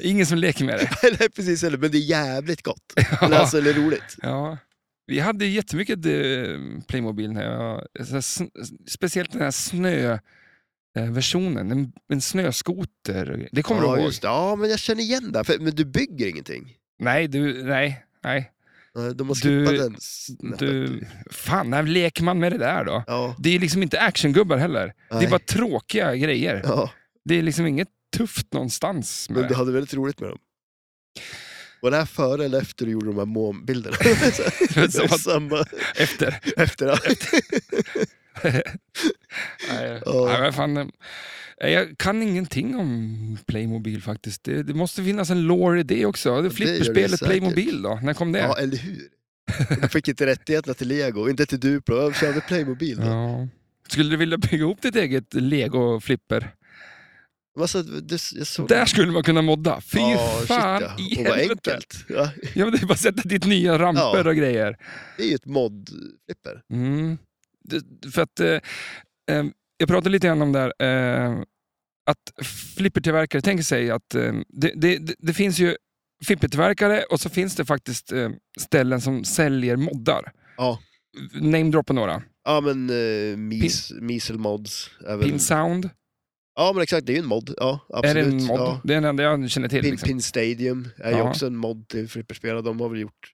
S1: Ingen som leker med det.
S2: [laughs] nej, precis. Eller, men det är jävligt
S1: [laughs]
S2: gott. Eller, alltså, eller roligt.
S1: Ja. Vi hade jättemycket eh, Playmobil, när jag, så här, sn- speciellt den här snöversionen, en, en snöskoter. Det kommer
S2: ja,
S1: du ihåg?
S2: just det. Ja, men jag känner igen det. För, men du bygger ingenting.
S1: Nej, du, nej, nej.
S2: Nej, De har
S1: Du-
S2: skippat den snäppet.
S1: Du, fan, när leker man med det där då?
S2: Ja,
S1: Det är liksom inte actiongubbar heller. Det
S2: nej.
S1: är bara tråkiga grejer.
S2: Ja,
S1: Det är liksom inget tufft någonstans med
S2: men du
S1: det.
S2: hade väldigt roligt med dem. Var det här före eller efter du gjorde de här
S1: [laughs]
S2: månbilderna? [laughs]
S1: Som att-
S2: Samma
S1: Efter.
S2: efter. ja.
S1: Nej,
S2: Ja.
S1: nej, men fan, eh, jag kan ingenting om Playmobil faktiskt. Det, det måste finnas en lore i det också. Det
S2: det gör det
S1: flipperspelet
S2: säkert.
S1: Playmobil då, när kom det?
S2: Ja, eller hur? De fick inte rättigheterna till Lego, inte till Duplo. Jag körde Playmobil. Då.
S1: Ja. Skulle du vilja bygga ihop ditt eget lego-flipper?
S2: Men Alltså, det, jag såg...
S1: Där skulle man kunna modda. Fy
S2: Ja, shit,
S1: fan
S2: ja.
S1: i
S2: Och vad
S1: helvete.
S2: enkelt. Ja,
S1: Ja, men det är bara att sätta dit nya ramper
S2: Ja.
S1: och grejer.
S2: det är ju ett mod-flipper.
S1: Mm. Det- För att, eh, eh, jag pratade lite grann om det här, eh, att flippertillverkare tänker sig att eh, det, det, det- det finns ju flippertillverkare och så finns det faktiskt eh, ställen som säljer moddar.
S2: Ja.
S1: Namedroppa några.
S2: Ja men uh, mis, Measle Mods. Är väl...
S1: Pin Sound
S2: Ja men exakt, det är ju en mod. Ja, absolut.
S1: är en mod.
S2: Ja.
S1: Det är den enda jag känner till.
S2: Pin,
S1: Liksom.
S2: Pin Stadium är ju
S1: Ja.
S2: också en mod till flipperspel och de har väl gjort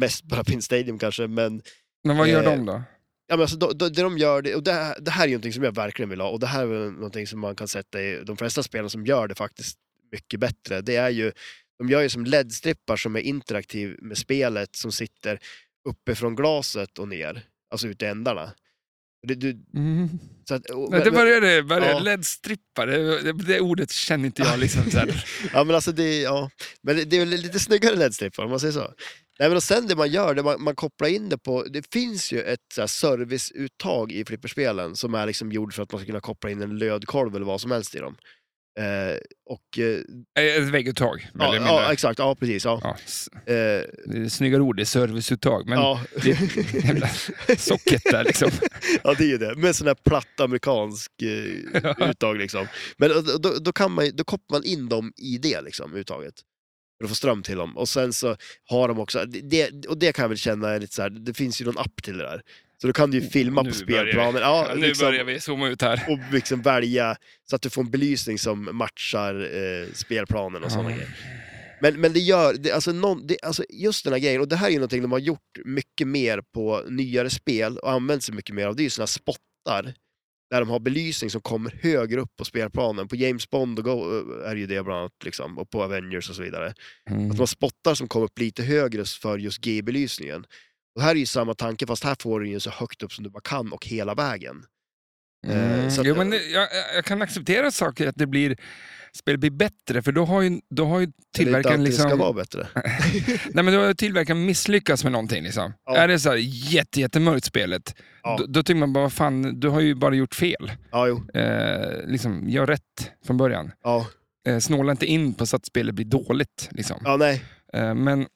S2: mest bara Pin Stadium kanske. Men,
S1: Men vad gör
S2: eh,
S1: de då? Mm.
S2: ja, men alltså, då- då- det de gör, det, och det, här- det här är ju någonting som jag verkligen vill ha och det här är väl någonting som man kan sätta i de flesta spelen som gör det faktiskt mycket bättre. Det är ju, de gör ju som LED-strippar som är interaktiv med spelet som sitter uppifrån glaset och ner, alltså ut i ändarna. Det, du,
S1: Mm.
S2: så att, och,
S1: Nej, det började, började
S2: Ja.
S1: LED-strippa, det, det, det ordet känner inte jag. Liksom, så
S2: [laughs]
S1: här.
S2: Ja, men alltså det, ja. men det, det är väl lite snyggare LED-strippar om man säger så. Nej, men och sen det man gör, det man, man kopplar in det på, det finns ju ett så här, serviceuttag i flipperspelen som är liksom gjord för att man ska kunna koppla in en lödkolv eller vad som helst i dem. Eh, och, eh,
S1: Ett vägguttag, mer
S2: ja,
S1: eller
S2: ja,
S1: mindre.
S2: exakt, ja precis. Ja.
S1: Ja, s-
S2: Eh,
S1: det är ett snyggare ord, det är serviceuttag. Men
S2: ja.
S1: jävla socket där liksom.
S2: [laughs] ja, det är ju det. Med sån här platt amerikansk eh, uttag liksom. Men och då, då, kan man, ju- då kopplar man in dem i det liksom, uttaget. För att få ström till dem. Och sen så har de också, det, och det kan jag väl känna är lite så här, det finns ju någon app till det där. Så då kan du ju filma
S1: Oh, Nu
S2: på
S1: börjar
S2: spelplanen. Ja,
S1: Ja, nu
S2: liksom,
S1: börjar vi zooma ut här.
S2: och liksom välja så att du får en belysning som matchar eh, spelplanen och sådana
S1: Ja.
S2: grejer. Men, men det gör, det, alltså, någon, det, alltså just den här grejen, och det här är ju någonting de har gjort mycket mer på nyare spel och använt sig mycket mer av, det är ju sådana spottar där de har belysning som kommer högre upp på spelplanen. På James Bond och Go, eh, är ju det bland annat, liksom, och på Avengers och så vidare. Att
S1: Mm.
S2: de har spottar som kommer upp lite högre för just G-belysningen. Och här är ju samma tanke, fast här får du ju så högt upp som du bara kan och hela vägen.
S1: Mm.
S2: Eh, så att-
S1: Jo, men det- jag, jag kan acceptera saker, att det blir, spel blir bättre, för då har ju, då har ju
S2: Det är inte
S1: tillverkaren
S2: alltid det ska
S1: liksom...
S2: vara bättre.
S1: Nej men då har ju tillverkaren misslyckats med någonting. Liksom.
S2: Ja.
S1: Är det så här jätte, jättemörkt spelet,
S2: Ja.
S1: då, då tycker man bara, vad fan, du har ju bara gjort fel.
S2: Ja, jo.
S1: Eh, liksom, gör rätt från början.
S2: Ja,
S1: Eh, snåla inte in på så att spelet blir dåligt. Liksom.
S2: ja nej.
S1: Eh, men,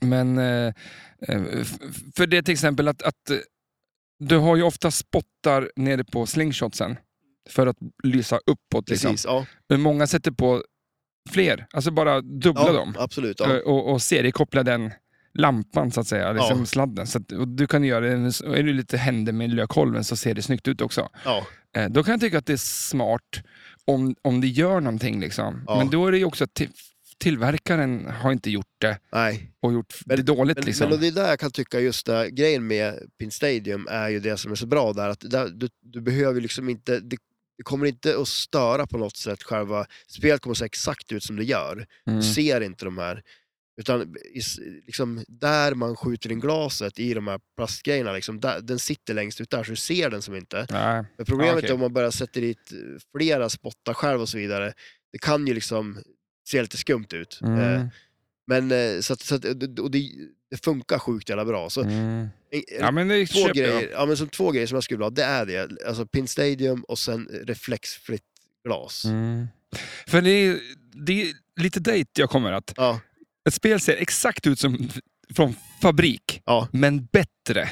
S1: men eh, eh, f- f- för det till exempel att, att eh, du har ju ofta spottar nere på slingshotsen för att lysa uppåt. Liksom.
S2: Precis, ja.
S1: Men Många sätter på fler, alltså bara dubbla
S2: ja
S1: dem
S2: absolut. Ja.
S1: eh, och, och seriekoppla den lampan så att säga, liksom
S2: Ja.
S1: sladden. Så att, och du kan göra det, är du lite händer med lökholven så ser det snyggt ut också.
S2: Ja.
S1: Eh, Då kan jag tycka att det är smart om, om det gör någonting. Liksom.
S2: Ja.
S1: Men då är det ju också att till, tillverkaren har inte gjort det
S2: Nej.
S1: och gjort
S2: Men-
S1: det dåligt.
S2: Men,
S1: liksom.
S2: men och det är där jag kan tycka just det, här, grejen med Pin Stadium är ju det som är så bra där, att där, du, du behöver liksom inte, det, det kommer inte att störa på något sätt själva, spelet kommer att se exakt ut som det gör,
S1: mm.
S2: du ser inte de här, utan i, s- liksom, där man skjuter in glaset i de här plastgrejerna, liksom, där, den sitter längst ut där så du ser den som inte.
S1: Nej.
S2: Men problemet
S1: Ah, okej.
S2: är om man börjar sätta dit eh, flera spottar själv och så vidare, det kan ju liksom se lite skumt ut. Eh,
S1: Mm.
S2: men eh, så att, så att, och det, det funkar sjukt jävla bra. Så,
S1: Mm.
S2: eh,
S1: Ja, men det
S2: två,
S1: köper jag.
S2: grejer, ja, men som två grejer som jag skulle vilja ha, det är det. Alltså Pin Stadium och sen reflexfritt glas.
S1: Mm. För det är, det är lite dejt jag kommer att.
S2: Ja,
S1: Ett spel ser exakt ut som f- från fabrik,
S2: ja,
S1: men bättre.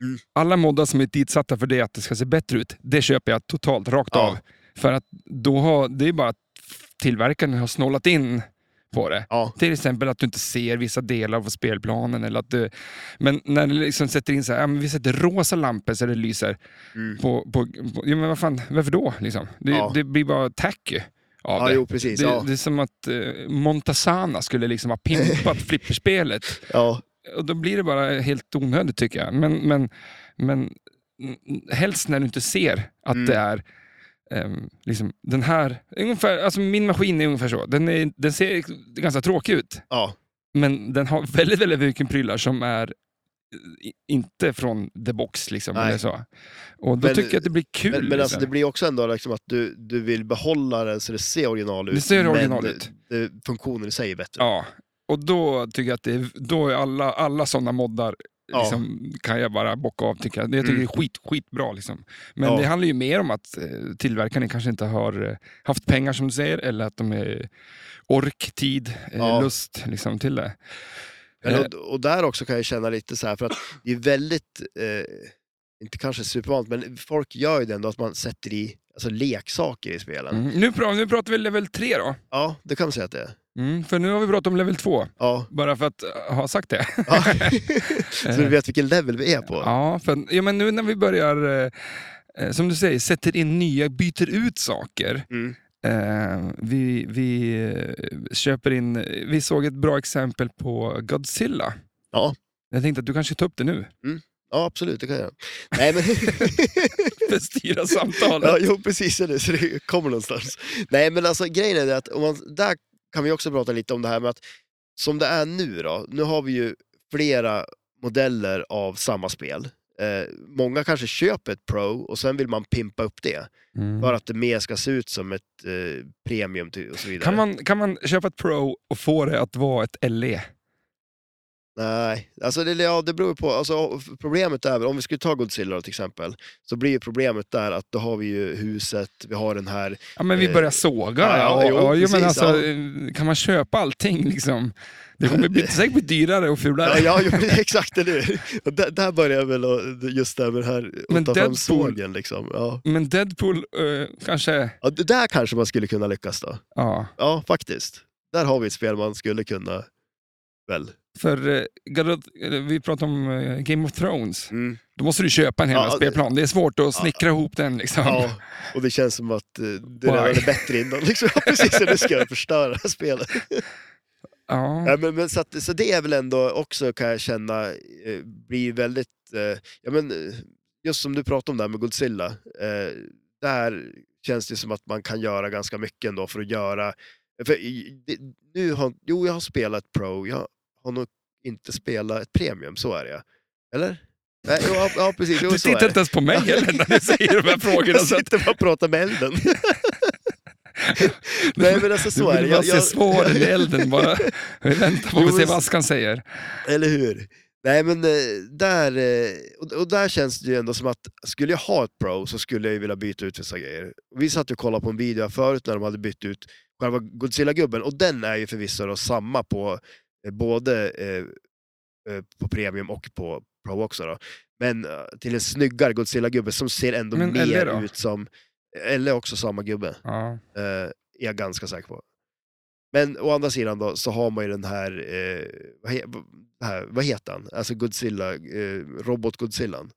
S2: Mm.
S1: Alla moddar som är ditsatta för det att det ska se bättre ut, det köper jag totalt rakt
S2: Ja.
S1: av. För att då har, det är bara att tillverkaren har snålat in på det.
S2: ja,
S1: Till exempel att du inte ser vissa delar av spelplanen. Eller att du, men när du liksom sätter in så här, ja, men vi sätter rosa lampor så det lyser.
S2: Mm.
S1: På, på, på, ja, men vad fan, varför då? Liksom? Det,
S2: Ja.
S1: det blir bara tacky av
S2: ja,
S1: det.
S2: jo precis.
S1: Det,
S2: ja,
S1: det är som att eh, Montazana skulle liksom ha
S2: [laughs]
S1: pimpat flipperspelet.
S2: ja,
S1: Och då blir det bara helt onödigt tycker jag. Men, men, men mm, helst när du inte ser att
S2: Mm.
S1: det är ehm, liksom, den här... Ungefär, alltså min maskin är ungefär så. Den, är, den ser ganska tråkig ut.
S2: ja,
S1: Men den har väldigt, väldigt mycket prylar som är eh, i- inte från the box. Liksom,
S2: Nej.
S1: eller så. Och då
S2: Men-
S1: tycker jag att det blir kul.
S2: men, men alltså det
S1: liksom.
S2: blir också ändå liksom att du, du vill behålla den så det ser original ut.
S1: Det ser original
S2: men
S1: ut.
S2: Det, det, funktionen i sig är bättre.
S1: Ja, och då tycker jag att det är, då är alla, alla sådana moddar
S2: Ja.
S1: liksom, kan jag bara bocka av. Tycker jag. jag tycker
S2: Mm.
S1: det är skit, skitbra. Liksom. Men
S2: Ja.
S1: det handlar ju mer om att eh, tillverkaren kanske inte har eh, haft pengar som du säger, eller att de är ork, tid, eh,
S2: Ja.
S1: lust liksom, till det.
S2: Men,
S1: Eh,
S2: och, och där också kan jag känna lite så här, för att det är väldigt, eh, inte kanske supervanligt, men folk gör ju det ändå att man sätter i alltså, leksaker i spelen.
S1: Mm. Nu, pratar, nu pratar vi level 3 då.
S2: Ja, det kan man säga att det är.
S1: Mm, för nu har vi pratat om level 2,
S2: Ja.
S1: bara för att eh, ha sagt det. [laughs]
S2: Ja. [laughs] så du vet vilken level vi är på.
S1: Ja, för, ja men nu när vi börjar, eh, eh, som du säger, sätter in nya, byter ut saker.
S2: Mm.
S1: Eh, vi, vi eh, köper in, vi såg ett bra exempel på Godzilla.
S2: Ja.
S1: Jag tänkte att du kanske tar upp det nu, [laughs]
S2: Ja, absolut, det kan jag göra. Nej, men... [laughs]
S1: för att styra samtalet.
S2: ja, jo, precis, eller, så det kommer någonstans. Nej, men alltså grejen är det att, om man, där kan vi också prata lite om det här med att som det är nu då, nu har vi ju flera modeller av samma spel. Eh, många kanske köper ett Pro och sen vill man pimpa upp
S1: Mm.
S2: det. För att det mer ska se ut som ett eh, premium till- och så vidare.
S1: Kan, man, kan man köpa ett Pro och få det att vara ett E? LE?
S2: Nej, alltså det, ja, det beror ju på. Alltså, problemet är väl, om vi skulle ta Godzilla till exempel, så blir ju problemet där att då har vi ju huset, vi har den här...
S1: Ja, men vi
S2: Eh,
S1: börjar såga.
S2: ja, ja,
S1: ja,
S2: jo,
S1: ja, jo, men
S2: precis,
S1: alltså,
S2: ja.
S1: eh, Kan man köpa allting? Liksom? Det kommer
S2: [laughs]
S1: bli, säkert bli dyrare och
S2: Ja,
S1: fulare.
S2: ja jo, [laughs] exakt, eller hur? Och där, där börjar jag väl, och just det här med den här
S1: Men
S2: 8-5-sågen liksom. Ja.
S1: Men Deadpool eh, kanske...
S2: Ja, det där kanske man skulle kunna lyckas då.
S1: Ja.
S2: Ja, faktiskt. Där har vi ett spel man skulle kunna, väl.
S1: För eh, Garot- eller vi pratade om eh, Game of Thrones.
S2: Mm.
S1: Då måste du köpa en hel
S2: Ja,
S1: jävla
S2: det-
S1: spelplan. Det är svårt att snickra ihop den. Liksom.
S2: Ja, och det känns som att eh, det
S1: Wow.
S2: redan är bättre innan. Liksom. Ja, Precis, så nu ska jag förstöra spelet.
S1: Ja.
S2: Ja, men, men, så, att, så det är väl ändå också kan jag känna eh, blir väldigt, eh, ja, men, eh, just som du pratade om där med Godzilla, eh, där känns det som att man kan göra ganska mycket ändå för att göra, för, i- det, nu har, jo jag har spelat Pro, jag har nog inte spelat ett Premium, så är det eller? Nej, jo, ja, ja precis, jo,
S1: Du
S2: så är
S1: tittar
S2: det.
S1: inte ens på mig heller när du säger de här frågorna.
S2: [laughs] Jag
S1: Så att,
S2: sitter bara och pratar
S1: [laughs]
S2: med elden. Nej men alltså så
S1: du
S2: är det.
S1: vill bara
S2: Jag-
S1: se
S2: jag-
S1: svaren i elden.
S2: [laughs]
S1: Bara vänta på
S2: Jo,
S1: att se
S2: men-
S1: vad Askan säger.
S2: Eller hur? Nej men eh, där, eh, och- och där känns det ju ändå som att skulle jag ha ett Pro så skulle jag ju vilja byta ut vissa grejer. Vi satt ju och kollade på en video här förut när de hade bytt ut själva Godzilla-gubben och den är ju förvisso då samma på eh, både eh, eh, på Premium och på Pro också då. Men eh, till en snyggare Godzilla-gubbe som ser ändå
S1: Men LE då?
S2: mer ut som, eller också samma gubbe.
S1: Ja.
S2: Eh, är jag ganska säker på. Men å andra sidan då, så har man ju den här, eh, vad, he, det här vad heter han? Alltså Godzilla, eh, robot-Godzillan.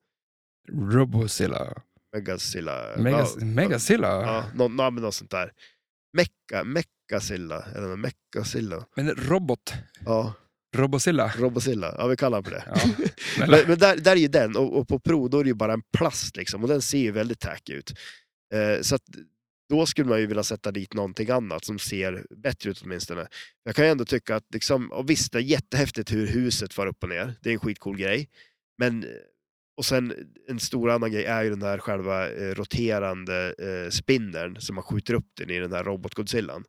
S1: Robozilla.
S2: Megazilla.
S1: Megas,
S2: ja,
S1: Megazilla.
S2: Ja, nå, nå, men något sånt där. Mecka, Meccazilla, eller något, Meccazilla.
S1: Men robot.
S2: Ja,
S1: Robozilla.
S2: Robozilla, ja vi kallar honom för [laughs] det.
S1: Ja.
S2: Men, men där, där är ju den, och, och på Pro då är det ju bara en plast liksom, och den ser ju väldigt tacky ut. Eh, så att då skulle man ju vilja sätta dit någonting annat som ser bättre ut åtminstone. Jag kan ju ändå tycka att, liksom, och visst det är jättehäftigt hur huset far upp och ner, det är en skitcool grej. Men, eh, och sen en stor annan grej är ju den här själva eh, roterande eh, spindeln som man skjuter upp den i den här robotgodzillan.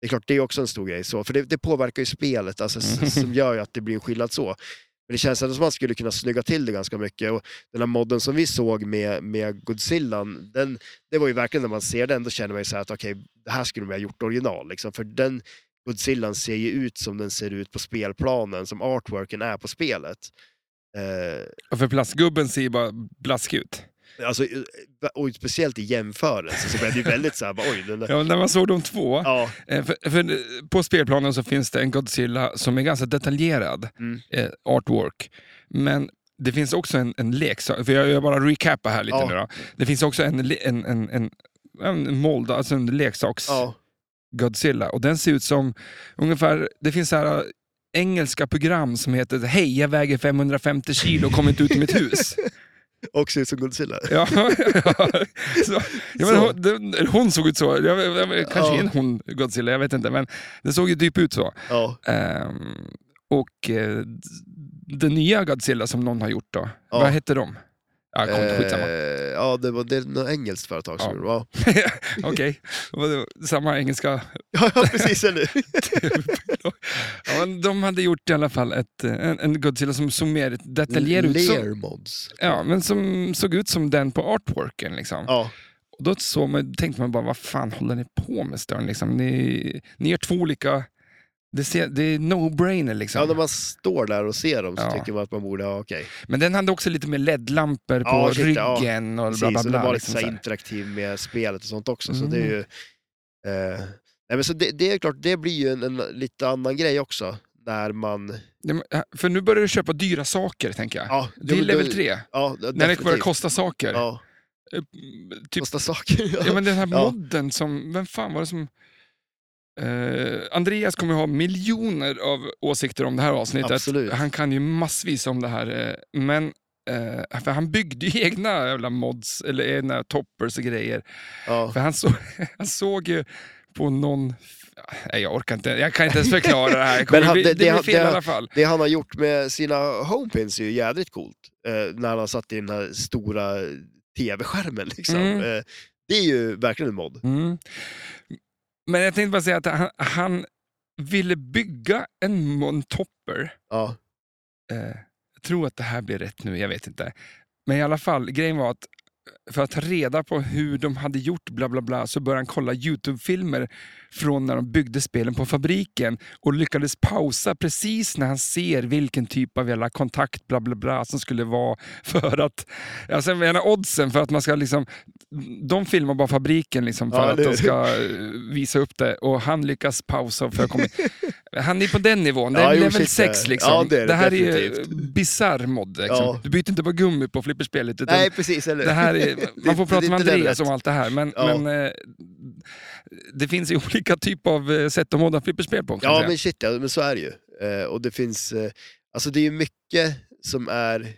S2: Det är klart, det är också en stor grej, så, för det, det påverkar ju spelet, alltså, s- som gör ju att det blir en skillnad så. Men det känns ändå som att man skulle kunna snygga till det ganska mycket. Och den här modden som vi såg med, med Godzillan, den, det var ju verkligen när man ser den, då känner man ju så här att okej, det här skulle man ha gjort original. Liksom. För den Godzillan ser ju ut som den ser ut på spelplanen, som artworken är på spelet. Eh,
S1: Och för plastgubben ser ju bara blaskig ut.
S2: alltså, eh, och speciellt i jämförelse så blev det ju väldigt så här, bara, oj, den där,
S1: Ja, när man såg de två.
S2: ja,
S1: Eh, För, för eh, på spelplanen så finns det en Godzilla som är ganska detaljerad
S2: Mm.
S1: eh, artwork. Men det finns också en, en leksak, för jag, jag bara recapar här lite
S2: Ja.
S1: nu då. Det finns också en, le- en, en, en, en mold, alltså en leksaks
S2: ja,
S1: Godzilla. Och den ser ut som ungefär, det finns så här eh, engelska program som heter Hej, jag väger 550 kilo och kommer inte ut ur mitt
S2: [laughs]
S1: hus.
S2: och ser ut som Godzilla.
S1: Ja, [laughs] ja. Så, ja, men
S2: Så.
S1: hon, den- eller hon såg ut så. Jag, jag, jag, kanske
S2: Ja.
S1: är en hon Godzilla, jag vet inte. Men det såg ju typ ut så.
S2: Ja,
S1: Ehm, och eh, d- den nya Godzilla som någon har gjort då.
S2: Ja.
S1: Vad hette de? Ja, kom, skitsamma.
S2: eh, ja det, var, det är något engelskt företag som
S1: Ja.
S2: gjorde det. Ja. [laughs]
S1: Okej, [laughs] Vad det- samma engelska.
S2: Ja, ja, precis, eller
S1: [laughs]
S2: hur?
S1: Ja, men de hade gjort i alla fall ett, eh, en, en Godzilla som såg mer detaljerad ut. Som,
S2: Layer mods.
S1: ja, men som såg ut som den på artworken. Liksom.
S2: Ja.
S1: Och då såg man, tänkte man bara, vad fan håller ni på med Stern? Liksom, ni, ni gör två olika... Det, ser, det är no-brainer liksom.
S2: Ja, när man står där och ser dem så
S1: Ja.
S2: tycker man att man borde ha okej.
S1: Men den hade också lite mer LED-lampor på
S2: Ja, shit, ja.
S1: ryggen och bla
S2: Precis,
S1: bla
S2: och den
S1: bla. Liksom
S2: var lite så
S1: så
S2: här
S1: här.
S2: interaktiv med spelet och sånt också.
S1: Mm.
S2: Så det är ju... Eh, nej, men så det, det är klart, det blir ju en, en lite annan grej också. När man...
S1: Ja, men, äh, För nu börjar du köpa dyra saker, tänker jag.
S2: Ja,
S1: det är
S2: men då-
S1: level 3.
S2: Ja,
S1: När det
S2: definitivt.
S1: börjar kosta saker.
S2: Ja,
S1: Eh,
S2: [laughs]
S1: Typ,
S2: kosta saker.
S1: ja, men den här
S2: Ja.
S1: modden som, vem fan var det som... Eh, Andreas kommer ju ha miljoner av åsikter om det här avsnittet.
S2: Absolut.
S1: Han kan ju massvis om det här. eh, Men eh, för han byggde ju [laughs] egna jävla mods, eller egna toppers och grejer. [laughs]
S2: ja.
S1: För han, så, han såg ju på någon... Nej, jag orkar inte. Jag kan inte ens förklara det
S2: [laughs]
S1: här. Det, kommer
S2: Men han-
S1: bli,
S2: det-
S1: det,
S2: det-
S1: blir fel
S2: det-
S1: i alla fall.
S2: Det han har gjort med sina homepins är ju jädrigt coolt. Eh, när han har satt i den här stora tv-skärmen liksom.
S1: Mm.
S2: Eh, det är ju verkligen en mod.
S1: Mm. Men jag tänkte bara säga att han, han ville bygga en montopper.
S2: Ja.
S1: Eh, jag tror att det här blir rätt nu, jag vet inte. Men i alla fall, grejen var att eh, för att ta reda på hur de hade gjort bla bla bla så började han kolla Youtube-filmer från när de byggde spelen på fabriken och lyckades pausa precis när han ser vilken typ av jävla kontakt bla bla bla som skulle vara [laughs] för att... Alltså jag menar oddsen för att man ska liksom... De filmar bara fabriken liksom för
S2: Ja,
S1: att
S2: det- [laughs]
S1: de ska eh, visa upp det och han lyckas pausa för att komma in. Han är på den nivån, det är
S2: Ja, jo,
S1: level
S2: shit,
S1: 6
S2: ja.
S1: liksom.
S2: Ja, det är det
S1: här är ju
S2: definitivt.
S1: bisarr mod. Liksom.
S2: Ja.
S1: Du byter inte bara gummi på flipperspelet. Utan
S2: Nej, precis. Eller?
S1: det här
S2: [laughs]
S1: är, man får
S2: Det-
S1: prata
S2: det är
S1: med
S2: inte den
S1: Andreas
S2: rätt.
S1: om allt det här, men,
S2: Ja.
S1: men eh, det finns ju [laughs] olika typer av eh, sätt att modda flipperspel på. kan
S2: Ja,
S1: jag
S2: men
S1: säga.
S2: shit, ja, men så är det ju. Eh, och det finns, eh, alltså det är ju mycket som är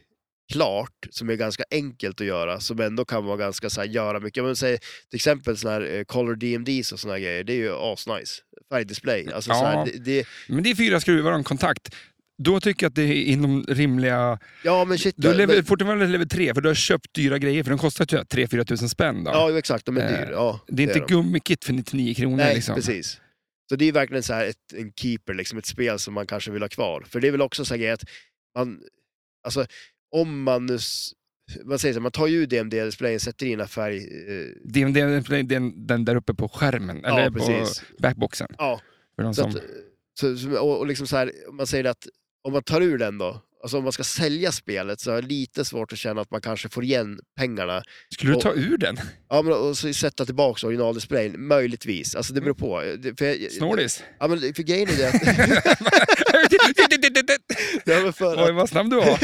S2: klart, som är ganska enkelt att göra, som ändå kan vara ganska så här, göra mycket. Men säg, till exempel sådana här eh, color DMDs och sådana här grejer, det är ju asnice. Färgdisplay, alltså så
S1: Ja.
S2: här, det, det,
S1: men det är fyra skruvar och en kontakt. Då tycker jag att det är inom rimliga...
S2: ja men shit.
S1: Du
S2: ja,
S1: är level,
S2: men,
S1: fortfarande level 3, för du har köpt dyra grejer, för de kostar typ 3-4 tusen spänn. Då.
S2: ja, jo, exakt, de är
S1: Eh,
S2: dyr. Ja,
S1: det är inte
S2: de.
S1: gummikit för 99 kronor.
S2: Nej,
S1: liksom.
S2: precis. Så det är verkligen så här ett, en keeper, liksom ett spel som man kanske vill ha kvar. För det är väl också så här grej att man, alltså om man nu, s- vad säger man, man tar ju DMD-displayen, sätter in en färg, eh,
S1: Det, är- det, är- det är den där uppe på skärmen, eller
S2: ja
S1: på
S2: precis.
S1: backboxen.
S2: Ja,
S1: För de
S2: så
S1: som...
S2: att, så, så- och, och liksom så här, om man säger det att om man tar ur den då, alltså om man ska sälja spelet så är det lite svårt att känna att man kanske får igen pengarna.
S1: Skulle du
S2: och-
S1: ta ur
S2: [laughs]
S1: den?
S2: Ja, men och så sätta tillbaka originaldisplayen, möjligtvis. Alltså det beror på. Det- För, jag- [laughs]
S1: Snorris?
S2: Ja, men för grejen är det att... ja, men
S1: [laughs]
S2: för,
S1: Oj, vad snabb du var.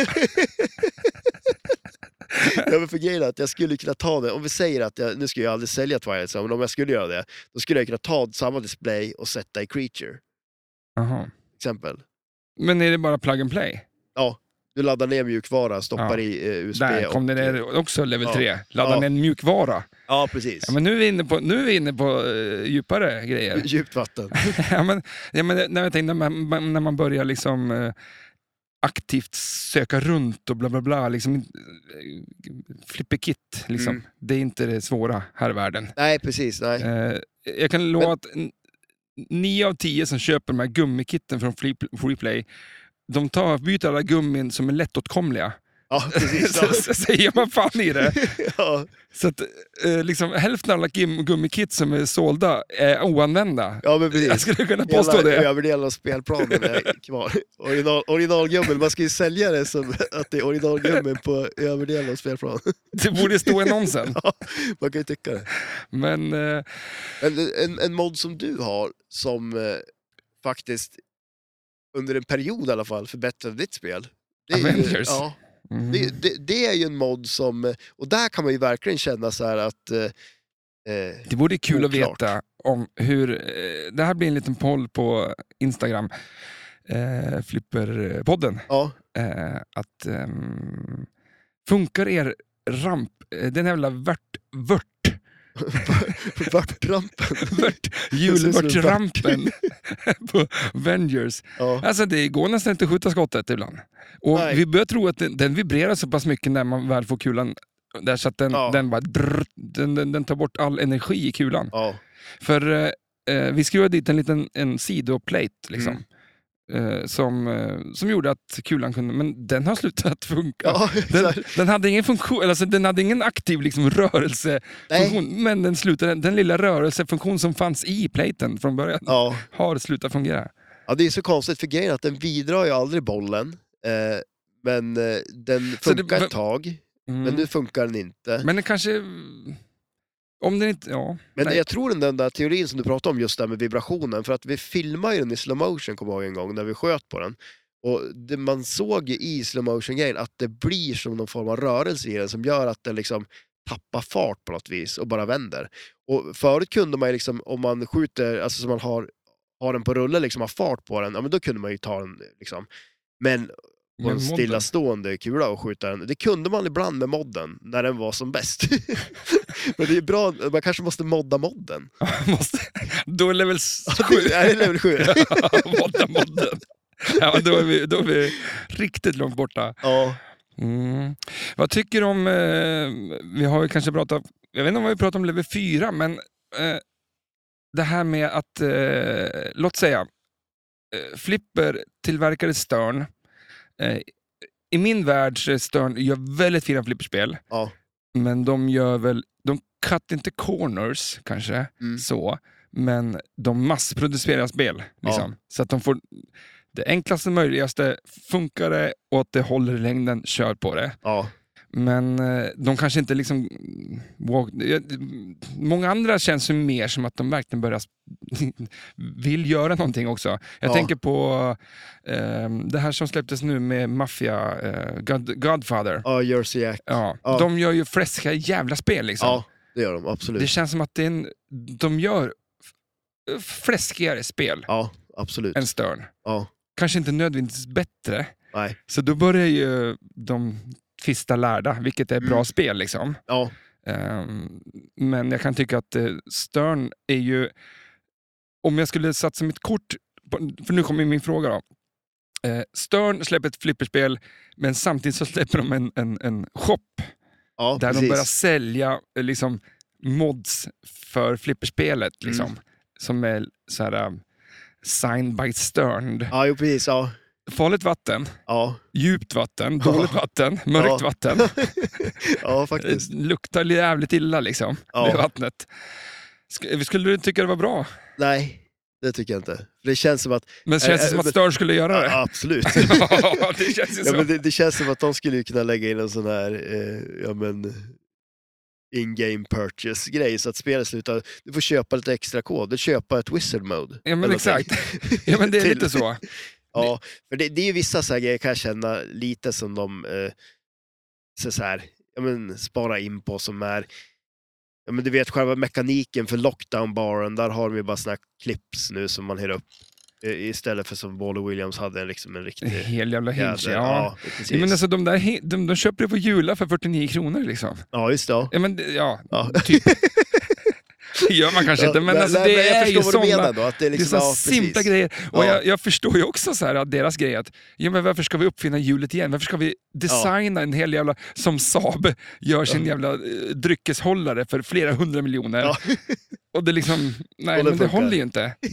S2: Ja, men för grejen är att jag skulle kunna ta den, om vi säger att jag, nu ska jag aldrig sälja Twilight Zone, men om jag skulle göra det, då skulle jag kunna ta samma display och sätta i Creature, till
S1: Jaha.
S2: exempel.
S1: Men är det bara plug and play?
S2: Du laddar ner mjukvara, stoppar
S1: Ja.
S2: i eh, USB.
S1: Där kom
S2: och,
S1: den ner också, level
S2: Ja.
S1: 3. Ladda
S2: Ja.
S1: ner en mjukvara.
S2: Ja, precis.
S1: Ja, men nu är vi inne på, nu är vi inne på eh, djupare grejer.
S2: [laughs] Djupt vatten.
S1: ja, men, ja, men, när, jag tänkte, när, man, när man börjar liksom, eh, aktivt söka runt och bla bla bla. Liksom, eh, flipperkit, liksom.
S2: Mm.
S1: det är inte det svåra här i världen.
S2: Nej, precis. Nej.
S1: Eh, jag kan lova att n- nio av tio som köper de här gummikitten från Flip- Freeplay, de tar, byter alla gummin som är lättåtkomliga.
S2: Ja,
S1: [laughs]
S2: precis.
S1: så, så säger man fan i det.
S2: Ja,
S1: Så att, eh, liksom, hälften av alla gim- gummikit som är sålda är oanvända.
S2: ja men
S1: Jag
S2: precis.
S1: skulle kunna påstå
S2: Hela
S1: det.
S2: överdelen av spelplanen är kvar. Original, originalgummen, man ska ju sälja det som att det är originalgummen på överdelen av spelplanen.
S1: Det borde stå i
S2: [laughs]
S1: annonsen.
S2: Man kan ju tycka det.
S1: Men eh,
S2: En, en, en mod som du har som eh, faktiskt under en period i alla fall förbättrade ditt spel. Det är, ju,
S1: Avengers.
S2: ja,
S1: mm,
S2: det, det, det är ju en mod som, eh, och där kan man ju verkligen känna så här att eh, eh,
S1: det vore kul att
S2: Oklart.
S1: veta om hur... Eh, det här blir en liten poll på Instagram. Eh, Flipperpodden.
S2: ja, [laughs]
S1: eh, att ehm, funkar er ramp, eh, den jävla vört,
S2: [laughs]
S1: vört,
S2: vörtrampen.
S1: [laughs] vört
S2: ser ut som en
S1: julvörtrampen [laughs] på Avengers.
S2: Ja,
S1: Alltså det går nästan inte att skjuta skottet ibland. Och
S2: Nej.
S1: vi börjar tro att den, den vibrerar så pass mycket när man väl får kulan där så att den,
S2: Ja.
S1: den bara drr, den, den, den tar bort all energi i kulan.
S2: ja,
S1: För eh, eh, vi skruvade dit en liten en sidoplate liksom.
S2: Mm.
S1: Eh, som, eh, som gjorde att kulan kunde, men den har slutat [laughs] funka.
S2: ja,
S1: Den,
S2: exakt.
S1: den hade ingen funktion, eller alltså den hade ingen aktiv liksom, rörelsefunktion,
S2: Nej,
S1: men den, slutade, den lilla rörelsefunktion som fanns i platen från början [laughs]
S2: ja.
S1: har slutat fungera.
S2: ja, det är så konstigt för grejen är att den bidrar ju aldrig bollen. Eh, men eh, den
S1: Så det-
S2: funkar ett tag,
S1: Mm.
S2: men nu funkar den inte.
S1: men det kanske... Om den inte... Ja.
S2: Men
S1: Nej.
S2: jag tror den, den där teorin som du pratade om, just det här med vibrationen, för att vi filmade ju den i slow motion kommer jag ihåg en gång, när vi sköt på den. Och det, man såg ju i slow motion grejen att det blir som någon form av rörelse i den som gör att den liksom tappar fart på något vis och bara vänder. Och förut kunde man ju liksom, om man skjuter, alltså som man har, har den på rulle, liksom har fart på den, ja men då kunde man ju ta den liksom. Men på
S1: Men
S2: en
S1: modden-
S2: stillastående kula och skjuta den. Det kunde man ibland med modden, när [laughs] den var som bäst. Men det är bra, man kanske måste modda modden.
S1: [laughs] måste, Då är level 7.
S2: Sju. Är det level 7?
S1: [laughs] modden, modden. Ja, då är, vi, då är vi riktigt långt borta.
S2: ja.
S1: Mm. Vad tycker du om, eh, vi har ju kanske pratat, jag vet inte om vi pratat om level 4, men eh, det här med att, eh, låt säga, eh, Flipper tillverkade Stern. Eh, I min värld så är Stern gör väldigt fina flipperspel,
S2: ja.
S1: men de gör väl, de cut inte corners kanske,
S2: Mm.
S1: så, men de massproducerar spel. Liksom. Så att de får det enklaste möjligaste, funkar det och att det håller i längden, kör på det.
S2: ja.
S1: Men eh, de kanske inte liksom... Walk, eh, många andra känns ju mer som att de verkligen börjar sp- [laughs] vill göra någonting också. Jag
S2: Ja.
S1: tänker på eh, det här som släpptes nu med Mafia, eh, God, Godfather.
S2: Ja, Jersey Jack.
S1: Ja,
S2: Ja.
S1: De gör ju fläskiga jävla spel liksom.
S2: Ja, det gör de. Absolut.
S1: Det känns som att det är en, de gör f- fläskigare spel
S2: Ja, absolut.
S1: än Stern.
S2: Ja.
S1: Kanske inte nödvändigtvis bättre.
S2: Nej.
S1: Så då börjar ju de tvista lärda, vilket är bra
S2: Mm.
S1: spel. liksom.
S2: Ja.
S1: Ehm, men jag kan tycka att eh, Stern är ju... Om jag skulle satsa mitt kort... På, för nu kommer min fråga då. Eh, Stern släpper ett flipperspel, men samtidigt så [laughs] släpper de en, en, en shop
S2: Ja,
S1: där de
S2: precis.
S1: börjar sälja eh, liksom, mods för flipperspelet.
S2: Mm.
S1: Liksom, Som är så här, eh, signed by Stern.
S2: Ja, jo, precis. Ja.
S1: Farligt vatten,
S2: Ja.
S1: djupt vatten, dåligt vatten, mörkt
S2: Ja. [laughs]
S1: vatten.
S2: ja,
S1: Det
S2: faktiskt.
S1: luktar jävligt illa liksom,
S2: Ja.
S1: det vattnet. Sk- Skulle du tycka det var bra?
S2: Nej, det tycker jag inte. För det känns som att...
S1: Men det
S2: Eh,
S1: känns det
S2: eh,
S1: som att
S2: men-
S1: Stern skulle göra det?
S2: Ja, absolut.
S1: [laughs]
S2: [laughs]
S1: Ja, det känns ju
S2: ja, men
S1: så.
S2: det, det känns som att de skulle ju kunna lägga in en sån här, eh, ja men, in-game purchase-grej så att spelet slutar, du får köpa lite extra kod, du köpa ett wizard mode.
S1: Ja, men
S2: eller
S1: exakt.
S2: någonting.
S1: Ja, men det är
S2: Till.
S1: lite så.
S2: Ja, för det, det är ju vissa så här grejer kan jag känna lite som de eh, så så här, ja, men, sparar in på som är Ja, men du vet själva mekaniken för lockdown-baren, där har de ju bara såna här clips nu som man hyr upp. eh, Istället för som Wally Williams hade en, liksom en
S1: En
S2: riktig...
S1: hel jävla [laughs] hinge,
S2: jäder.
S1: ja.
S2: precis.
S1: ja men alltså, de, där, he- de, de köper det på Jula för 49 kronor liksom.
S2: Ja, just det. Ja.
S1: Ja, men, det- ja
S2: Ja.
S1: det gör man kanske Typ, inte, men
S2: Ja,
S1: alltså,
S2: nej,
S1: det
S2: nej,
S1: är
S2: jag
S1: ju
S2: förstår vad du
S1: sådana
S2: menar då, att det är
S1: Det är
S2: liksom,
S1: såna
S2: ja,
S1: simpla
S2: precis.
S1: grejer. Och
S2: Ja.
S1: jag, jag förstår ju också så här, att deras grej att ja, men varför ska vi uppfinna hjulet igen? Varför ska vi designa en hel jävla, som Saab gör sin
S2: Ja.
S1: jävla eh, dryckeshållare för flera hundra miljoner.
S2: Ja.
S1: [laughs] Och det liksom, nej men
S2: Och det
S1: det
S2: funkar.
S1: håller ju inte. Det,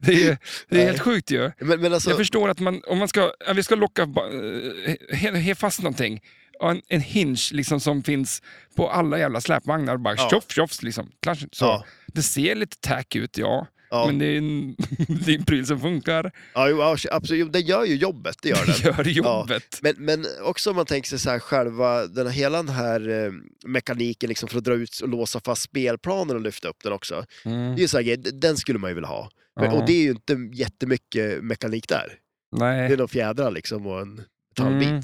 S1: det är, det är
S2: Nej.
S1: helt sjukt ju.
S2: Men, men alltså,
S1: Jag förstår att man, om man ska, ja, vi ska locka, ba- eh, he, he fast någonting. Ja, En, en hinge liksom som finns på alla jävla släpvagnar. Bara
S2: Ja.
S1: tjoff, tjoff, liksom. Klatsch, så.
S2: ja,
S1: Det ser lite tack ut, ja.
S2: ja,
S1: Men det är, en, [laughs] det är en pryl som funkar.
S2: ja, jo, ja, absolut, jo, det gör ju jobbet, det
S1: [laughs]
S2: gör det.
S1: Det gör jobbet.
S2: Men, men också om man tänker sig så här själva, den här, hela den här eh, mekaniken liksom för att dra ut och låsa fast spelplanen och lyfta upp den också. Det är
S1: Mm.
S2: ju så här, grej, d- den skulle man ju vilja ha. Men,
S1: Ja.
S2: Och det är ju inte jättemycket mekanik där. Det är
S1: Nej.
S2: några fjädrar liksom och en metallbit.
S1: Mm.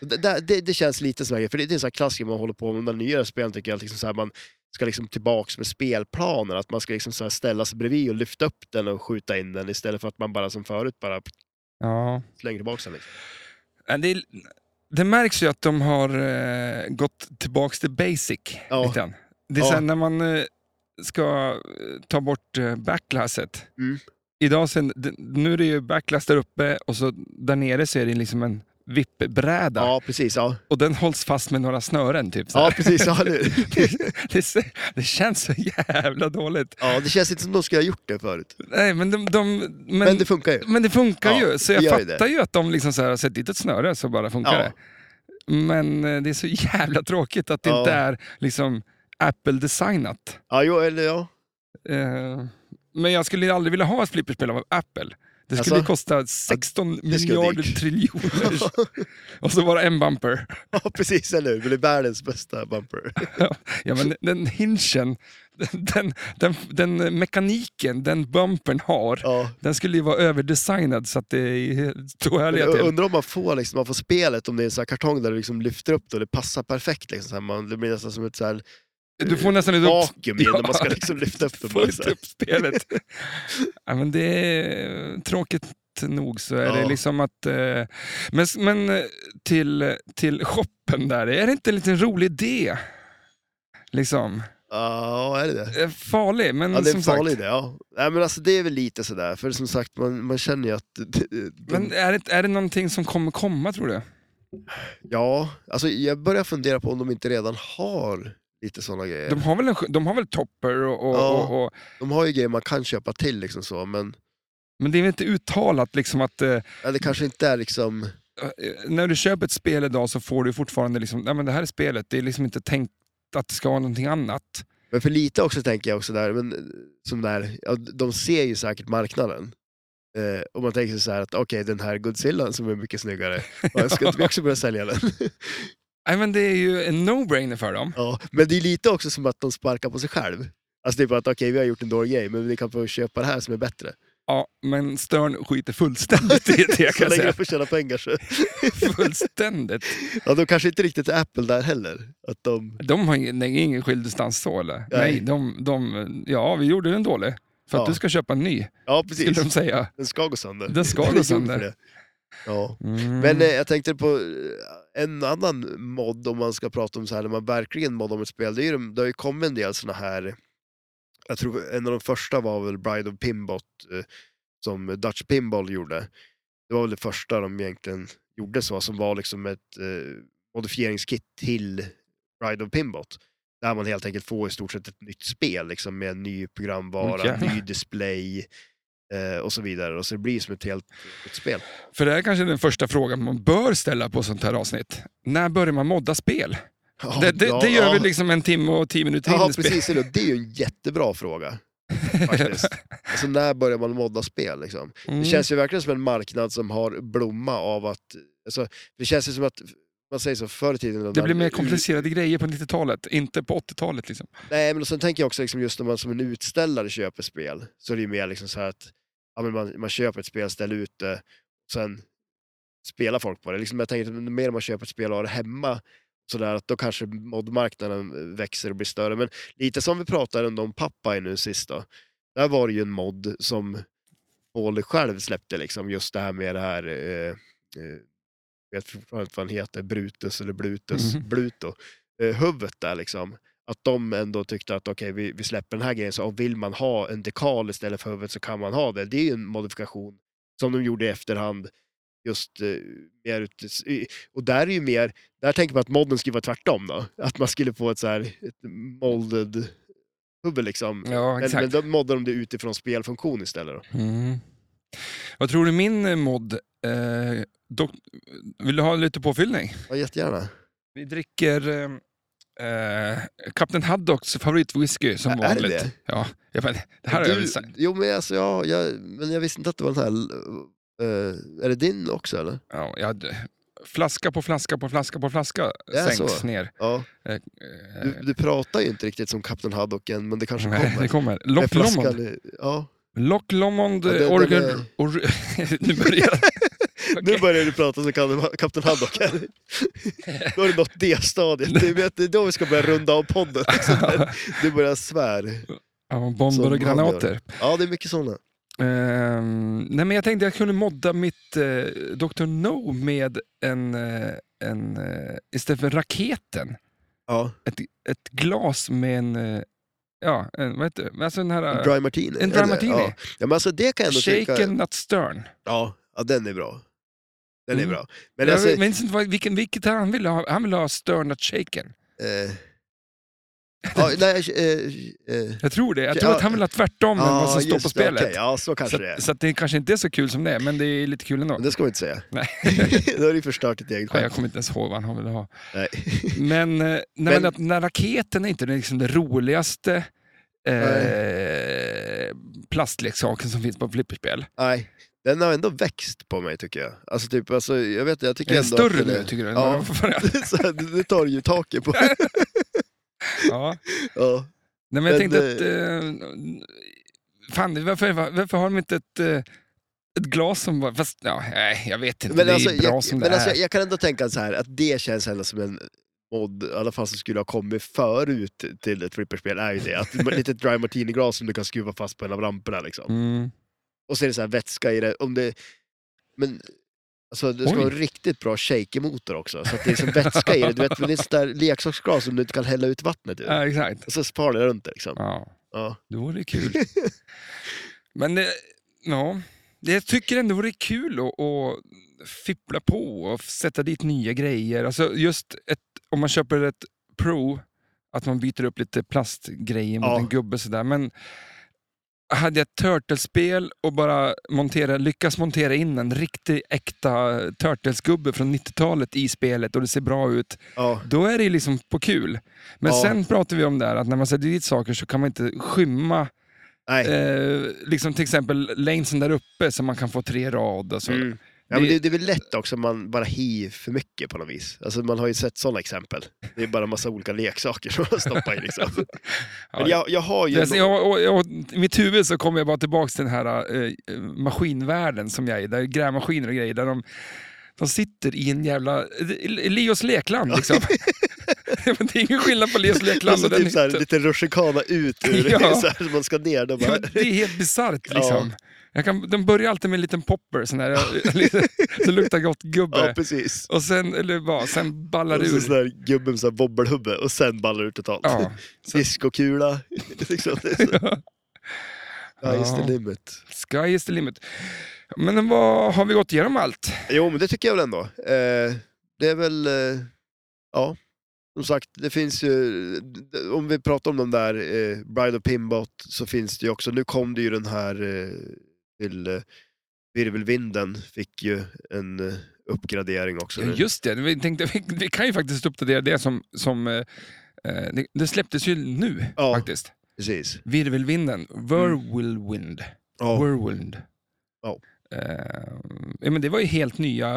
S2: Det, där- det, det känns lite som en grej, för det, det är en sån här klassiker man håller på med med nyare spel tycker jag. Liksom så här, man ska liksom tillbaks med spelplanen, att man ska liksom så här ställa sig bredvid och lyfta upp den och skjuta in den istället för att man bara som förut bara
S1: Ja.
S2: slänger tillbaks den. Liksom.
S1: Men Det, det märks ju att de har eh, gått tillbaka till basic.
S2: Ja.
S1: lite grann. Det är
S2: Ja.
S1: sen när man eh, ska eh, ta bort eh, backlasset.
S2: Mm.
S1: Idag sen, d- nu är det ju backlass där uppe och så där nere så är det liksom en vippbräda.
S2: Ja, precis. Ja,
S1: Och den hålls fast med några snören. Typ, så här.
S2: ja precis.
S1: [laughs]
S2: Ja, det-
S1: det, ser- det känns så jävla dåligt.
S2: Ja, det känns inte som de skulle ha gjort det förut.
S1: Nej, men de, de, men,
S2: Men, det funkar ju.
S1: Men det funkar
S2: Ja,
S1: ju, så
S2: det
S1: jag
S2: gör ju det.
S1: fattar ju att de liksom så här har sett dit ett snöre så bara funkar
S2: Ja.
S1: det. Men eh, det är så jävla tråkigt att det
S2: Ja.
S1: inte är liksom Apple-designat.
S2: Ja, jo, eller ja. [laughs]
S1: Eh, Men jag skulle ju aldrig vilja ha ett flipperspel av Apple. Det skulle
S2: Alltså?
S1: ju kosta 16
S2: det skulle
S1: miljarder
S2: dyrt. [laughs]
S1: triljoner och så bara en bumper.
S2: ja, precis, eller hur? Det blir världens bästa bumper.
S1: Ja, men den hinchen, den, den, den, den mekaniken den bumpern har,
S2: Ja.
S1: den skulle ju vara överdesignad så att det är då härliga
S2: Jag
S1: till.
S2: undrar om man får, liksom, man får spelet, om det är en sån här kartong där du liksom lyfter upp det och det passar perfekt. Liksom, så här, man, det blir nästan som ett så här
S1: Du får nästan ett upp,
S2: vakuum i den
S1: Ja. typ.
S2: när man ska liksom lyfta upp den.
S1: få
S2: Bara, så
S1: ett
S2: här.
S1: upp spelet.
S2: [laughs]
S1: ja, men det är tråkigt nog så är det
S2: Ja.
S1: liksom att... eh, Men, men eh, till, till shoppen där, är det inte en liten rolig idé? Liksom.
S2: Ja, är det det?
S1: Eh, Farlig, men
S2: Ja, det är
S1: som
S2: en farlig
S1: sagt.
S2: idé. Ja. Nej, men alltså, det är väl lite sådär, för som sagt, man, man känner ju att... det- det-
S1: Men är det, är det någonting som kommer komma tror du?
S2: Ja, alltså jag börjar fundera på om de inte redan har lite sådana grejer.
S1: De
S2: De,
S1: har väl, en, sk- de har väl topper och, och,
S2: Ja.
S1: och, och...
S2: har ju grejer man kan köpa till liksom så, men
S1: Men det är väl inte uttalat liksom att eh,
S2: ja, det kanske inte är liksom...
S1: eh, när du köper ett spel idag så får du fortfarande liksom, nej men det här är spelet, det är liksom inte tänkt att det ska vara någonting annat.
S2: Men för lite också tänker jag också där, men eh, som där, ja, de ser ju säkert marknaden. Eh, och man tänker sig så här att okej, den här Godzilla som är
S1: [laughs]
S2: mycket snyggare, ja, ska inte vi också börja sälja den?
S1: Nej men det är ju en no-brainer för dem.
S2: ja, [laughs] men det är lite också som att de sparkar på sig själv. Alltså typ att okej, vi har gjort en dålig grej, men vi kan få köpa det här som är bättre.
S1: Ja, men Stern skiter fullständigt i det jag
S2: [laughs] Så
S1: kan
S2: länge de
S1: säga.
S2: får tjäna pengar så.
S1: Fullständigt.
S2: Ja, de kanske inte riktigt är Apple där heller. Att de...
S1: De har ingen, nej, ingen skiljestans så eller? Nej, de, de, ja vi gjorde den dålig. För att
S2: Ja.
S1: du ska köpa en ny,
S2: Ja,
S1: skulle
S2: precis.
S1: de säga.
S2: Den ska gå sönder.
S1: Den ska
S2: [laughs] Den är
S1: gå
S2: gjord för
S1: sönder.
S2: det. Ja.
S1: Mm.
S2: Men eh, jag tänkte på eh, en annan mod om man ska prata om så här när man verkligen moddar om ett spel. Det, är ju, de- det har ju kommit en del sådana här, jag tror en av de första var väl Bride of Pinbot eh, som Dutch Pinball gjorde. Det var väl det första de egentligen gjorde så, som var liksom ett eh, modifieringskit till Bride of Pinbot. Där man helt enkelt får i stort sett ett nytt spel liksom, med en ny programvara,
S1: Åh, jävlar.
S2: ny display eh, och så vidare. Och så det blir som ett helt nytt spel.
S1: För det här är kanske den första frågan man bör ställa på sånt här avsnitt. När börjar man modda spel? det, det,
S2: Ja,
S1: det gör
S2: ja.
S1: vi liksom en timme och tio minuter in
S2: Ja,
S1: i spel.
S2: precis. eller hur? Det är ju en jättebra fråga.
S1: [laughs]
S2: Faktiskt. Alltså när börjar man modda spel? Liksom?
S1: Mm.
S2: Det känns ju verkligen som en marknad som har blomma av att... Alltså, det känns ju som att, man säger så, förr i tiden... de
S1: Det
S2: där-
S1: blir mer komplicerade grejer på 90-talet, inte på 80-talet. Liksom.
S2: Nej, men sen tänker jag också liksom, just när man som en utställare köper spel, så är det ju mer liksom så här att ja, men man, man köper ett spel, ställer ut det, sen spelar folk på det. Liksom, jag tänker att ju mer man köper ett spel och har det hemma, sådär, att då kanske modmarknaden eh, växer och blir större. Men lite som vi pratade ändå om Popeye nu sist då. Där var det ju en mod som Paul själv släppte, liksom, just det här med det här, eh, eh, jag vet fortfarande inte vad han heter, Brutus eller Blutus,
S1: Mhm.
S2: Bluto, eh, huvudet där liksom. Att de ändå tyckte att okej, vi, vi släpper den här grejen, så om vill man ha en dekal istället för huvudet så kan man ha det. Det är ju en modifikation som de gjorde i efterhand. Just eh, mer ut, och där är ju mer, där tänker man att modden skulle vara tvärtom då. Att man skulle få ett så här, ett molded huvud liksom.
S1: Ja,
S2: Men, men
S1: exakt.
S2: då moddar de det utifrån spelfunktion istället. Då.
S1: Mm. Vad tror du min eh, mod... Eh, dock, vill du ha lite påfyllning?
S2: Ja, jättegärna.
S1: Vi dricker eh, eh, Captain Haddocks favoritwhisky som
S2: Ä- är det
S1: vanligt.
S2: det?
S1: Ja, jag vet, det här har
S2: du,
S1: jag väl sagt.
S2: Jo, men, alltså, ja, jag, men jag visste inte att det var den här. eh, är det din också eller?
S1: Ja, jag, flaska på flaska på flaska på flaska
S2: Det är
S1: sänks
S2: så.
S1: ner.
S2: Ja.
S1: Eh, eh,
S2: Du, du pratar ju inte riktigt som Kapten Haddock än, men det kanske
S1: nej,
S2: kommer.
S1: det kommer.
S2: Med
S1: Loch
S2: flaskan
S1: Lomond.
S2: i- Ja.
S1: Loch Lomond
S2: Ja, det- den
S1: eh, Oregon...
S2: är-
S1: Or- [laughs] nu börjar
S2: [laughs] Nu börjar du prata som Kap- Kapten Haddock här. Då har du nått det stadiet. Det är- vet, det är då vi ska börja runda av podden. liksom. Du börjar svär.
S1: ja, bomber
S2: Som
S1: och
S2: han
S1: granater.
S2: Ja, det är mycket sådana.
S1: Ehm, nej, men jag tänkte jag kunde modda mitt eh, Dr. No med en, eh, en eh, istället för raketen,
S2: Ja.
S1: ett, ett glas med en, eh, ja, en, vad heter det? Men Alltså den här,
S2: En
S1: eh,
S2: dry martini.
S1: en
S2: är
S1: dry
S2: det?
S1: martini.
S2: Ja. ja, men alltså det kan jag ändå tycka.
S1: Shaken not stern.
S2: Ja, ja, den är bra. Den
S1: Mm.
S2: är bra. Men
S1: jag
S2: alltså,
S1: minns inte vad, vilken, vilket han ville ha. Han ville ha stern not shaken.
S2: Eh, ja, nej, eh, eh,
S1: Jag tror det. Jag
S2: Ja,
S1: tror att han ville ha tvärtom än vad som står
S2: just
S1: på
S2: det,
S1: spelet.
S2: okej, ja, så
S1: så,
S2: kanske det
S1: att-
S2: är.
S1: så att det kanske inte är så kul som det är, men det är lite kul ändå.
S2: Men det ska man inte säga.
S1: Nej.
S2: [laughs] Då har du ju förstört ditt eget
S1: Ja, jag
S2: skämt.
S1: kommer inte ens ihåg vad han ville ha.
S2: Nej.
S1: [laughs] Men, eh, nej, men,
S2: Men-
S1: att den här raketen är inte liksom det roligaste eh, plastleksaken som finns på flipperspel.
S2: nej. Den har ändå växt på mig tycker jag. Alltså typ, alltså, jag vet jag tycker
S1: Är den
S2: ändå
S1: större
S2: att den
S1: nu,
S2: är- [laughs]
S1: tycker du?
S2: Ja.
S1: Ja.
S2: så här, det tar ju
S1: [laughs]
S2: taket på.
S1: ja.
S2: Ja.
S1: Nej, men jag
S2: Men,
S1: tänkte att... Eh, fan, varför, varför har de inte ett, eh, ett glas som... Var, fast, ja, nej, jag vet inte.
S2: Men
S1: det är
S2: alltså,
S1: bra
S2: jag,
S1: som
S2: men
S1: det
S2: alltså,
S1: är.
S2: jag kan ändå tänka så här att det känns ändå som en mod, i alla fall som skulle ha kommit förut till ett flipperspel, är ju det. Att ett litet dry martini-glas som du kan skruva fast på en av ramperna liksom.
S1: Mm.
S2: Och så är det så här vätska i det. Om det men Alltså det ska
S1: Oj.
S2: vara en riktigt bra shakermotor också. Så att det är som vätska i det. Du vet, men det är sånt där leksaksglas som du inte kan hälla ut vattnet ur.
S1: Ja, exakt.
S2: Och så far det runt det, liksom.
S1: Ja,
S2: Ja.
S1: det vore kul. [laughs] Men eh, ja, jag tycker ändå det vore kul att, att fippla på och sätta dit nya grejer. Alltså just ett, om man köper ett Pro, att man byter upp lite plastgrejer mot
S2: Ja.
S1: en gubbe sådär. Men hade jag ett Turtlespel och bara montera, lyckas montera in en riktig äkta Turtles-gubbe från 90-talet i spelet och det ser bra ut,
S2: ja.
S1: då är det ju liksom på kul. Men
S2: Ja.
S1: sen pratar vi om det här att när man sätter dit saker så kan man inte skymma,
S2: Nej.
S1: eh, liksom till exempel lanesen där uppe så man kan få tre rad. alltså. Och så.
S2: Mm. Ja,
S1: det-
S2: men det, det är väl lätt också om man bara hiv för mycket på något vis. Alltså, man har ju sett sådana exempel. Det är bara massa olika leksaker som man stoppar
S1: [laughs]
S2: i. Liksom. Men jag, jag har ju...
S1: Alltså, Jag, jag, och- och- I mitt huvud så kommer jag bara tillbaka till den här eh, eh, maskinvärlden som jag är i, där grävmaskiner och grejer, där de, de sitter i en jävla... eh, Leos lekland liksom. [laughs] Men det är ingen skillnad på Leos lekland
S2: Alltså,
S1: och den
S2: typ så här,
S1: hytten.
S2: lite rutschkana ut
S1: [laughs]
S2: ur
S1: Ja.
S2: så här, man ska ner. Då
S1: [laughs] Ja,
S2: bara,
S1: det är helt bisarrt liksom. Jag kan, de börjar alltid med en liten popper, sån där, [laughs] lite- det luktar gott
S2: [laughs] ja,
S1: gubbe.
S2: precis.
S1: och sen, eller vad, sen ballar det
S2: Och så
S1: ur.
S2: sån där gubben med sån här bobbelhubbe och sen ballar det ut totalt.
S1: Ja, så-
S2: Diskokula. [laughs] liksom.
S1: [laughs]
S2: det är så. Ja, just
S1: Ja.
S2: det, limit.
S1: sky is the limit. Men vad, har vi gått igenom allt?
S2: Jo, men det tycker jag väl ändå. Eh, det är väl, eh, ja, som sagt, det finns ju, om vi pratar om de där eh, Bride of Pimbot så finns det ju också, nu kom det ju den här eh, till eh, Virvelvinden, fick ju en eh, uppgradering också.
S1: Ja,
S2: nu.
S1: just det, vi, tänkte, vi, vi kan ju faktiskt uppdatera det som... som eh, eh, det, det släpptes ju nu
S2: Ja.
S1: faktiskt.
S2: Precis.
S1: Virvelvinden, Whirlwind.
S2: Ja.
S1: Whirlwind.
S2: Ja.
S1: Eh, ja, men det var ju helt nya...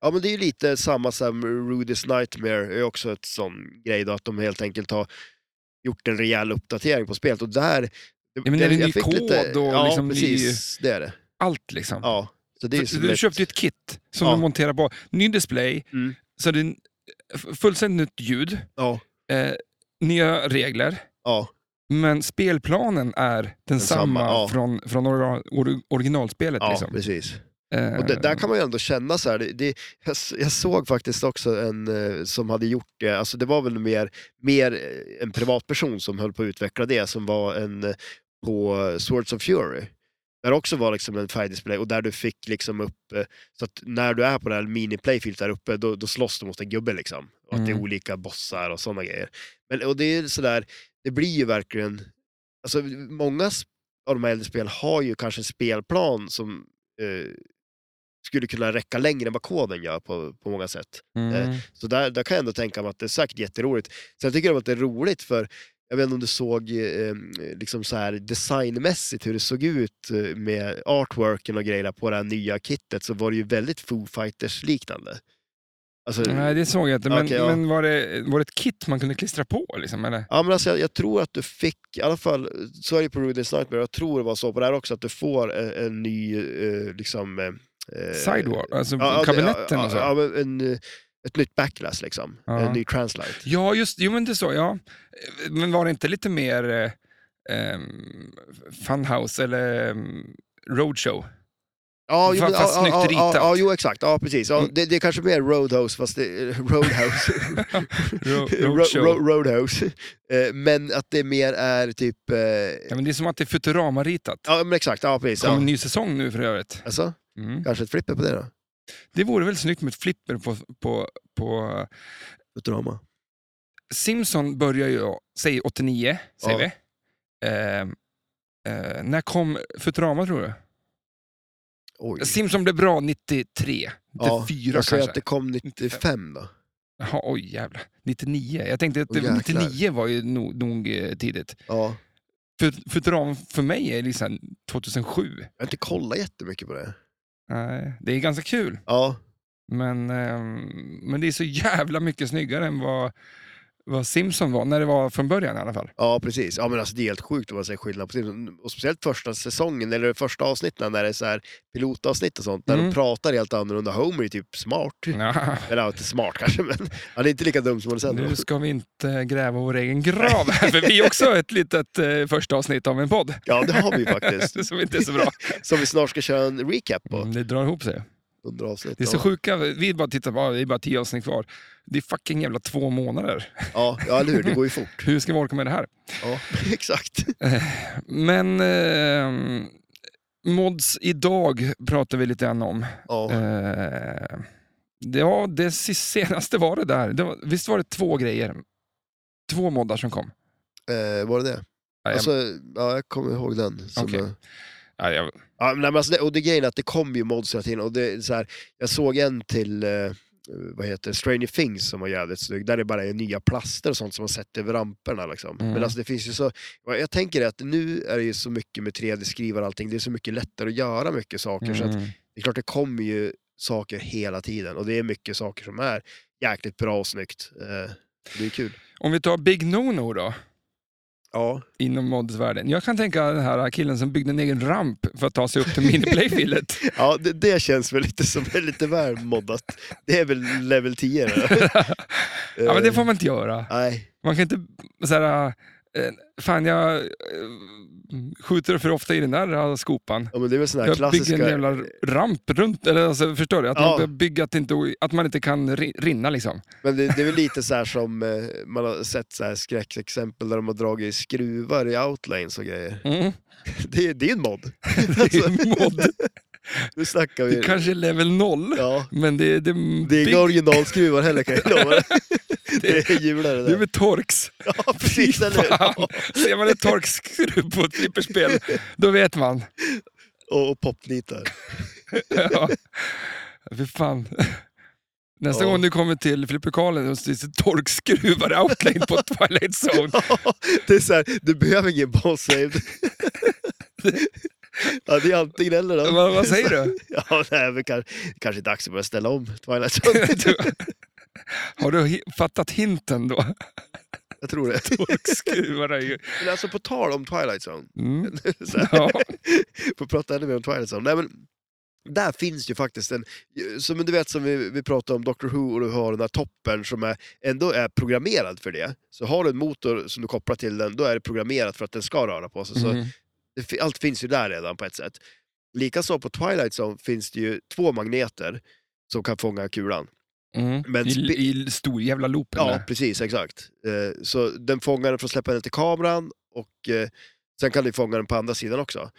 S2: ja, men det är ju lite samma som Rudy's Nightmare, är också ett sån grej då, att de helt enkelt har gjort en rejäl uppdatering på spelet och där
S1: Ja, men är det
S2: jag
S1: ny
S2: fick
S1: kod och
S2: ja,
S1: liksom ny-
S2: precis, det är det.
S1: Allt liksom.
S2: Ja, så det är ju
S1: För
S2: som
S1: du
S2: ett-
S1: köpte ju ett kit som
S2: Ja.
S1: du monterar på. Ny display,
S2: Mm.
S1: så det är en- eh, f- fullständigt nytt ljud,
S2: Ja,
S1: eh, nya regler.
S2: ja,
S1: Men spelplanen är densamma
S2: Densamma, ja.
S1: från, från ori- ori- originalspelet.
S2: ja
S1: liksom.
S2: precis.
S1: Eh,
S2: Och det, där kan man ju ändå känna så här, det, det, jag, s- jag såg faktiskt också en eh, som hade gjort det, alltså det var väl mer, mer eh, en privatperson som höll på att utveckla det, som var en eh, på eh, Swords of Fury. Där också var liksom en färgdisplay och där du fick liksom upp, eh, så att när du är på det här mini-playfield där uppe, då, då slåss du mot en gubbe liksom. Och att det är
S1: Mm.
S2: olika bossar och sådana grejer. Men, och det är sådär, det blir ju verkligen, alltså många sp- av de här äldre spelen har ju kanske en spelplan som eh, skulle kunna räcka längre än vad koden gör på, på många sätt.
S1: mm.
S2: Så där, där kan jag ändå tänka mig att det är säkert jätteroligt. Sen tycker jag att det är roligt för, jag vet inte om du såg eh, liksom så här designmässigt hur det såg ut eh, med artworken och grejerna på det här nya kittet så var det ju väldigt Foo Fighters-liknande. Alltså,
S1: Nej, det såg jag inte. Men,
S2: Okej, ja.
S1: men var, det, var det ett kit man kunde klistra på? Liksom, eller?
S2: Ja, men alltså, jag, jag tror att du fick, i alla fall så är det på Rudy's Nightmare, jag tror det var så på det här också, att du får en, en ny eh, liksom... Eh,
S1: Sidewall, alltså
S2: ja,
S1: kabinetten
S2: ja,
S1: och så.
S2: Ja, men en, eh, ett nytt backlash liksom,
S1: Ja.
S2: en ny translite.
S1: Ja, just jo, men det så. Ja. Eh, Men var det inte lite mer eh, ehm, Funhouse eller ehm, Roadshow? [laughs]
S2: Ja,
S1: Fa- fast
S2: ja,
S1: snyggt
S2: ja,
S1: ritat.
S2: ja, ja, jo exakt, ja precis. Ja,
S1: Mm.
S2: det, det är kanske mer Roadhouse, fast det,
S1: [laughs]
S2: [laughs] Roadhouse.
S1: Ro-
S2: [laughs] Ro-
S1: roadshow.
S2: ro- roadhouse. Eh, Men att det mer är typ... eh,
S1: Ja, men det är som att det är Futurama-ritat.
S2: Ja, men exakt, ja precis.
S1: kommer en
S2: Ja.
S1: ny säsong nu för övrigt.
S2: Alltså,
S1: Mm.
S2: kanske ett flipper på det då?
S1: Det vore väl snyggt med ett flipper på, på, på...
S2: Futurama.
S1: Simpson börjar ju, säg 89, säger
S2: Ja.
S1: vi. Ehm, eh, när kom Futurama tror du?
S2: Oj.
S1: Simpson blev bra 93, 94
S2: jag säger
S1: kanske.
S2: att det kom 95 då.
S1: Jaha, oj jävlar. 99. Jag tänkte att
S2: Åh,
S1: det-
S2: jäklar.
S1: 99 var ju nog, nog eh, tidigt.
S2: Ja.
S1: För, Futurama för mig är liksom 2007.
S2: Jag har inte kollat jättemycket på det.
S1: Nej, det är ganska kul.
S2: Ja,
S1: Men, ehm, men det är så jävla mycket snyggare än vad, vad Simpson var, när det var från början i alla
S2: [laughs]
S1: fall.
S2: ja precis. Ja, men alltså, det är helt sjukt om man säger skillnad på Simpsons. Och speciellt första säsongen, eller första avsnitten när det är så här pilotavsnitt och sånt, där
S1: Mm.
S2: de pratar helt annorlunda. Homer är typ smart.
S1: Ja,
S2: Eller ja, inte smart kanske, men han är inte lika dum som han är sen.
S1: nu ska vi inte gräva vår egen grav här, för vi är också ett litet eh, första avsnitt av en podd.
S2: Ja, det har vi ju
S1: [laughs]
S2: faktiskt. [laughs]
S1: Som inte är så bra.
S2: Som vi snart ska köra en recap på.
S1: Mm, det drar ihop sig.
S2: 100 avsnitt.
S1: Det är så
S2: ja.
S1: sjuka, vi bara tittar på, "Ah, det är bara tio avsnitt kvar. Det är fucking jävla två månader.
S2: Ja, ja, eller hur? Det går ju fort.
S1: Hur ska vi orka med det här?
S2: Ja, [laughs] exakt.
S1: Men eh, mods idag pratar vi lite grann om.
S2: Ja,
S1: Eh, det- ja, det si- senaste var det där. Det var, visst var det två grejer? Två moddar som kom?
S2: eh, var det det?
S1: Ja, jag-
S2: Alltså, ja, jag kommer ihåg den. som
S1: Okej.
S2: jag-
S1: Ja, jag,
S2: Ja, men nej, men alltså det, och det grejen är att det kom ju mods hela tiden. Och det, är så här, jag såg en till eh, vad heter det, Stranger Things som var jävligt snygg. Där det bara är nya plaster och sånt som man sätter över ramperna. Liksom.
S1: Mm.
S2: Men alltså det finns ju så... Jag jag tänker att nu är det ju så mycket med 3D-skrivare och allting. Det är så mycket lättare att göra mycket saker. Så att
S1: mm.
S2: det är klart det kommer ju saker hela tiden. Och det är mycket saker som är jäkligt bra och snyggt. Eh, det är kul.
S1: Om vi tar Big No-No då,
S2: Ja.
S1: inom modsvärlden. Jag kan tänka den här killen som byggde en egen ramp för att ta sig upp till miniplayfilet.
S2: Ja, det, det känns väl lite som lite väl moddat. Det är väl level 10
S1: [laughs]
S2: då. Eh,
S1: ja, men det får man inte göra.
S2: Nej.
S1: Man kan inte såhär, eh, fan jag eh, skjuter för ofta i den där eh, skopan.
S2: Ja men det är väl sådana här
S1: Jag
S2: klassiska...
S1: bygger en jävla ramp runt, eller alltså, förstår du? Att
S2: Ja.
S1: man börjar bygga att, det inte, att man inte kan ri- rinna liksom.
S2: Men det, det är väl lite så här som eh, man har sett så här skräckexempel där de har dragit skruvar i outlines och grejer.
S1: [laughs]
S2: [laughs]
S1: Mm.
S2: Det, är- det är en mod.
S1: [laughs]
S2: Alltså,
S1: Det är en mod.
S2: Nu snackar vi.
S1: Det kanske är level noll,
S2: Ja.
S1: men det, är- det,
S2: Det är
S1: big-
S2: inga originalskruvar heller kan jag lova dig. Det är jular
S1: [laughs]
S2: det
S1: det är
S2: där.
S1: väl torx.
S2: Ja
S1: Fy
S2: precis, eller hur?
S1: fan! Ser man en torkskruv på ett flipperspel, då vet man.
S2: Och, och popnitar.
S1: [laughs] Ja. Fy fan. Nästa
S2: Ja.
S1: gång du kommer till flipperkalen så finns det torkskruvar outline
S2: [laughs]
S1: på Twilight Zone.
S2: Det är så här, du behöver ingen boss save. Ja, det är antingen eller då.
S1: Vad, vad säger du?
S2: [laughs] Ja, nej, men kanske, kanske är dags att börja ställa om Twilight Zone. [laughs]
S1: du? Har du hi- fattat hinten
S2: [laughs]
S1: då?
S2: Jag tror det.
S1: Torkskruvar är ju...
S2: Men alltså på tal om Twilight Zone. [laughs]
S1: Mm.
S2: Så här.
S1: Ja.
S2: Får prata ännu mer om Twilight Zone. Nej, men, där finns ju faktiskt en, som du vet som vi, vi pratade om Doctor Who och du har den här toppen som är, ändå är programmerad för det. Så har du en motor som du kopplar till den, då är det programmerat för att den ska röra på sig. Så
S1: Mm.
S2: det, fi- allt finns ju där redan på ett sätt. Likaså på Twilight Zone finns det ju två magneter som kan fånga kulan.
S1: Mm.
S2: Men
S1: I,
S2: spe-
S1: I stor jävla loopen
S2: Ja,
S1: där.
S2: precis, exakt. Eh, Så den fångar den för att släppa den till kameran och eh, sen kan du fånga den på andra sidan också.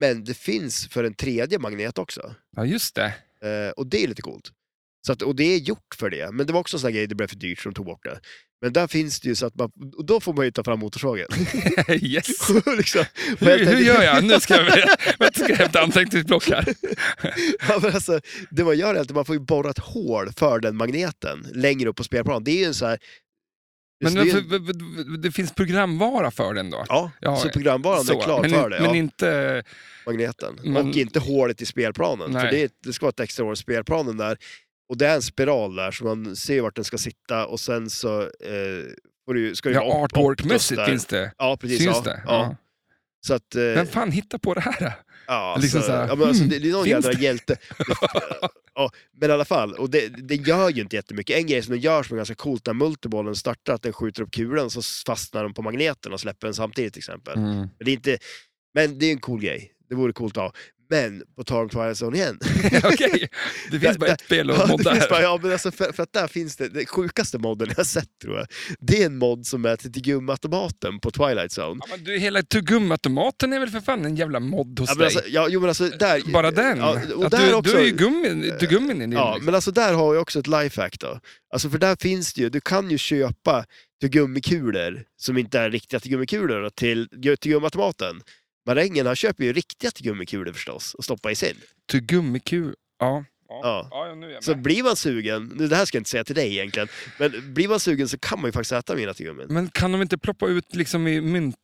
S2: Men det finns för en tredje magnet också.
S1: Ja, just det. [laughs]
S2: Eh, Och det är lite coolt. Så att, och det är gjort för det. Men det var också en sån här grej, det blev för dyrt så de tog bort det. Men där finns det ju så att man, och då får man ju ta fram
S1: [laughs]
S2: motorsågen. [laughs]
S1: yes.
S2: liksom. Och jag
S1: Hur, hur
S2: tänkte-
S1: gör jag? Nu
S2: [laughs]
S1: ska jag, jag ska hämta anteckningsblock här.
S2: [laughs] Ja, men alltså, det man gör är att man får ju borra ett hål för den magneten längre upp på spelplanen. Det är ju en sån här...
S1: Men
S2: så det, är ju-
S1: varför, v- v- det finns programvara för den då?
S2: ja,
S1: Ja,
S2: så programvaran
S1: Så,
S2: är klar
S1: men,
S2: för
S1: in-
S2: det. ja.
S1: Men inte...
S2: magneten.
S1: Man-
S2: Och inte hålet i spelplanen.
S1: Nej.
S2: För det, är- det ska vara ett extra hål i spelplanen där. Och det är en spiral där, så man ser vart den ska sitta och sen så eh, får du, ska det
S1: Ja,
S2: vara op- optus
S1: artworkmässigt
S2: där.
S1: finns det.
S2: Ja, precis.
S1: Syns
S2: ja,
S1: det?
S2: Ja. Så att, eh,
S1: Vem fan hittar på det här?
S2: ja,
S1: liksom
S2: så,
S1: så här,
S2: ja, men alltså,
S1: hmm,
S2: det, det är någon
S1: finns
S2: jävla hjälte. Det- ja, men i alla fall, och det, det gör ju inte jättemycket. En grej som den gör som är ganska coolt när multibollen startar, att den skjuter upp kulan så fastnar den på magneten och släpper den samtidigt till exempel.
S1: då? Mm.
S2: Men det är, inte, men det är en cool grej. Det vore coolt att ha. Men på tal om Twilight Zone igen.
S1: [laughs] Okej, det finns bara ett spel att
S2: Ja, det
S1: modda
S2: finns bara,
S1: här.
S2: ja, men alltså för, för att där finns det, den sjukaste modden jag har sett tror jag. Det är en mod som är till gummiautomaten på Twilight Zone.
S1: Ja, men du, hela tuggummiautomaten är väl för fan en jävla modd hos
S2: Ja, men
S1: dig?
S2: alltså, ja, jo men alltså där...
S1: bara den?
S2: Ja, och
S1: Att
S2: där
S1: du,
S2: också, Eh,
S1: du är ju gummin, tuggummin i din.
S2: Ja, men alltså där har jag också ett lifehack då. Alltså för där finns det ju, du kan ju köpa till gummikulor som inte är riktiga till gummikulor till, till gummiautomaten. Marängen han köper ju riktiga till gummikulor förstås och stoppar i sin.
S1: Tuggummikul. Ja.
S2: Ja.
S1: ja, nu är jag
S2: Så
S1: med.
S2: blir man sugen, nu, det här ska jag inte säga till dig egentligen, men blir man sugen så kan man ju faktiskt äta mina tuggummin.
S1: Men kan de inte ploppa ut liksom i mynt?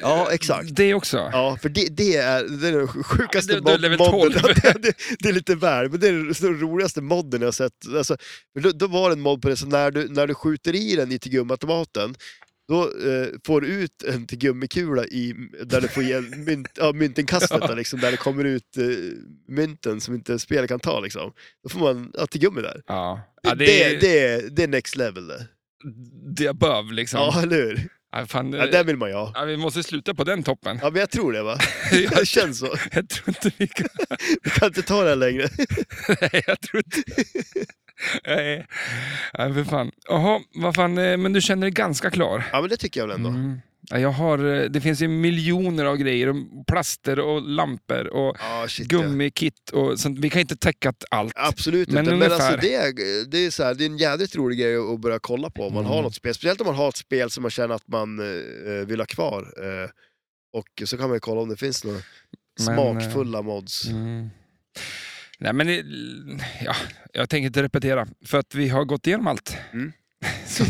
S2: Ja, exakt.
S1: Det också?
S2: Ja, för det, det, är, det är den sjukaste
S1: Ja, men det- det är level
S2: mod- modden. [laughs]
S1: 12.
S2: det, det, det är lite väl, men det är den roligaste modden jag har sett. Alltså, för då, då var det en mod på det, så när du, när du skjuter i den i tuggummiautomaten, då eh, får du ut en tuggummikula i, där du får igen mynt, ja, myntinkastet, där, liksom, där det kommer ut eh, mynten som inte spelet kan ta. Liksom. Då får man ja, tuggummi där.
S1: Ja.
S2: Det,
S1: Ja,
S2: det, är- det, är next level det.
S1: det är above liksom.
S2: Ja, eller hur?
S1: Ja, fan,
S2: Ja,
S1: det...
S2: den vill man ju ha.
S1: Eh. ja, vi måste sluta på den toppen.
S2: Ja, men jag tror
S1: [laughs]
S2: det va?
S1: jag,
S2: Det känns så.
S1: jag tror inte vi kan...
S2: Vi kan inte ta det här längre.
S1: Nej, [laughs] jag tror inte... Nej, Nej, för fan. Jaha, vad fan, eh, men du känner dig ganska klar?
S2: Ja, men det tycker jag väl ändå.
S1: Mm. Ja, Jag har, eh, det finns ju miljoner av grejer, och plaster och lampor och
S2: Ja, shit ja.
S1: gummikit och sånt. Vi kan inte täcka att allt.
S2: Absolut
S1: Men
S2: inte, men
S1: ungefär.
S2: alltså det, det, är så här, det är en jädrigt rolig grej att börja kolla på om man har
S1: Mm.
S2: något spel. Speciellt om man har ett spel som man känner att man eh, vill ha kvar. Eh, och så kan man ju kolla om det finns några
S1: Men, eh,
S2: smakfulla mods.
S1: Mm. Nej, men det, ja, jag tänker inte repetera, för att vi har gått igenom allt.
S2: Mm.
S1: [laughs] Som,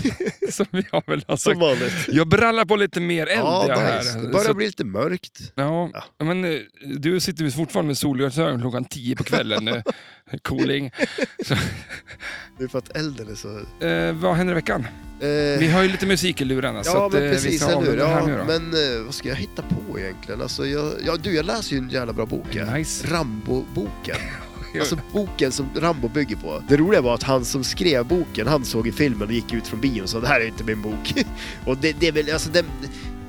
S1: som jag väl har
S2: [laughs] Som
S1: sagt.
S2: vanligt.
S1: [laughs] Jag brallar på lite mer eld
S2: Ja,
S1: jag
S2: nice.
S1: här.
S2: Det
S1: Så
S2: börjar
S1: att-
S2: bli lite mörkt.
S1: Ja, men eh, du sitter ju fortfarande med solglasögon klockan tio på kvällen
S2: [laughs]
S1: nu. Cooling.
S2: Det är för att elden är så...
S1: Eh, vad händer i veckan?
S2: Eh,
S1: Vi har ju lite musik i lurarna, så
S2: ja,
S1: att, eh,
S2: men
S1: vi
S2: precis,
S1: ska
S2: eller hur?
S1: avrunda här
S2: Ja,
S1: nu då.
S2: men eh, vad ska jag hitta på egentligen? Alltså, jag, ja, du, jag läser ju en jävla bra bok här. [laughs]
S1: Nice.
S2: Rambo-boken. Alltså
S1: Mm.
S2: boken som Rambo bygger på. Det roliga var att han som skrev boken, han såg i filmen och gick ut från bion och sa det här är inte min bok. [laughs] och det, det är väl, alltså den,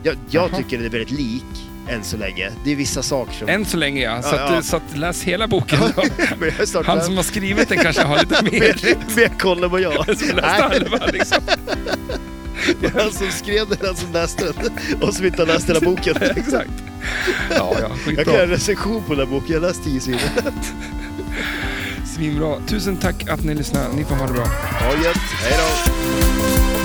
S2: jag, jag
S1: Jaha.
S2: tycker den är väldigt lik än så länge. Det är vissa saker som...
S1: Än så länge ja, så,
S2: Ja,
S1: att,
S2: ja.
S1: så att läs hela boken. då.
S2: [laughs] Men jag är snart
S1: Han
S2: där. [laughs]
S1: som har skrivit den kanske har lite mer.
S2: mer, mer koll än vad jag
S1: [laughs]
S2: har.
S1: som läste
S2: Nej,
S1: halva liksom.
S2: det var [laughs] han som skrev den, han som läste den [laughs] och som inte har läst hela boken.
S1: [laughs] Exakt. Ja, ja,
S2: Jag kan göra
S1: skitbra.
S2: en recension på den här boken, jag har läst tio sidor.
S1: Svinbra. Tusen tack att ni lyssnade. Ni får ha det bra.
S2: Ha det gött, hej då!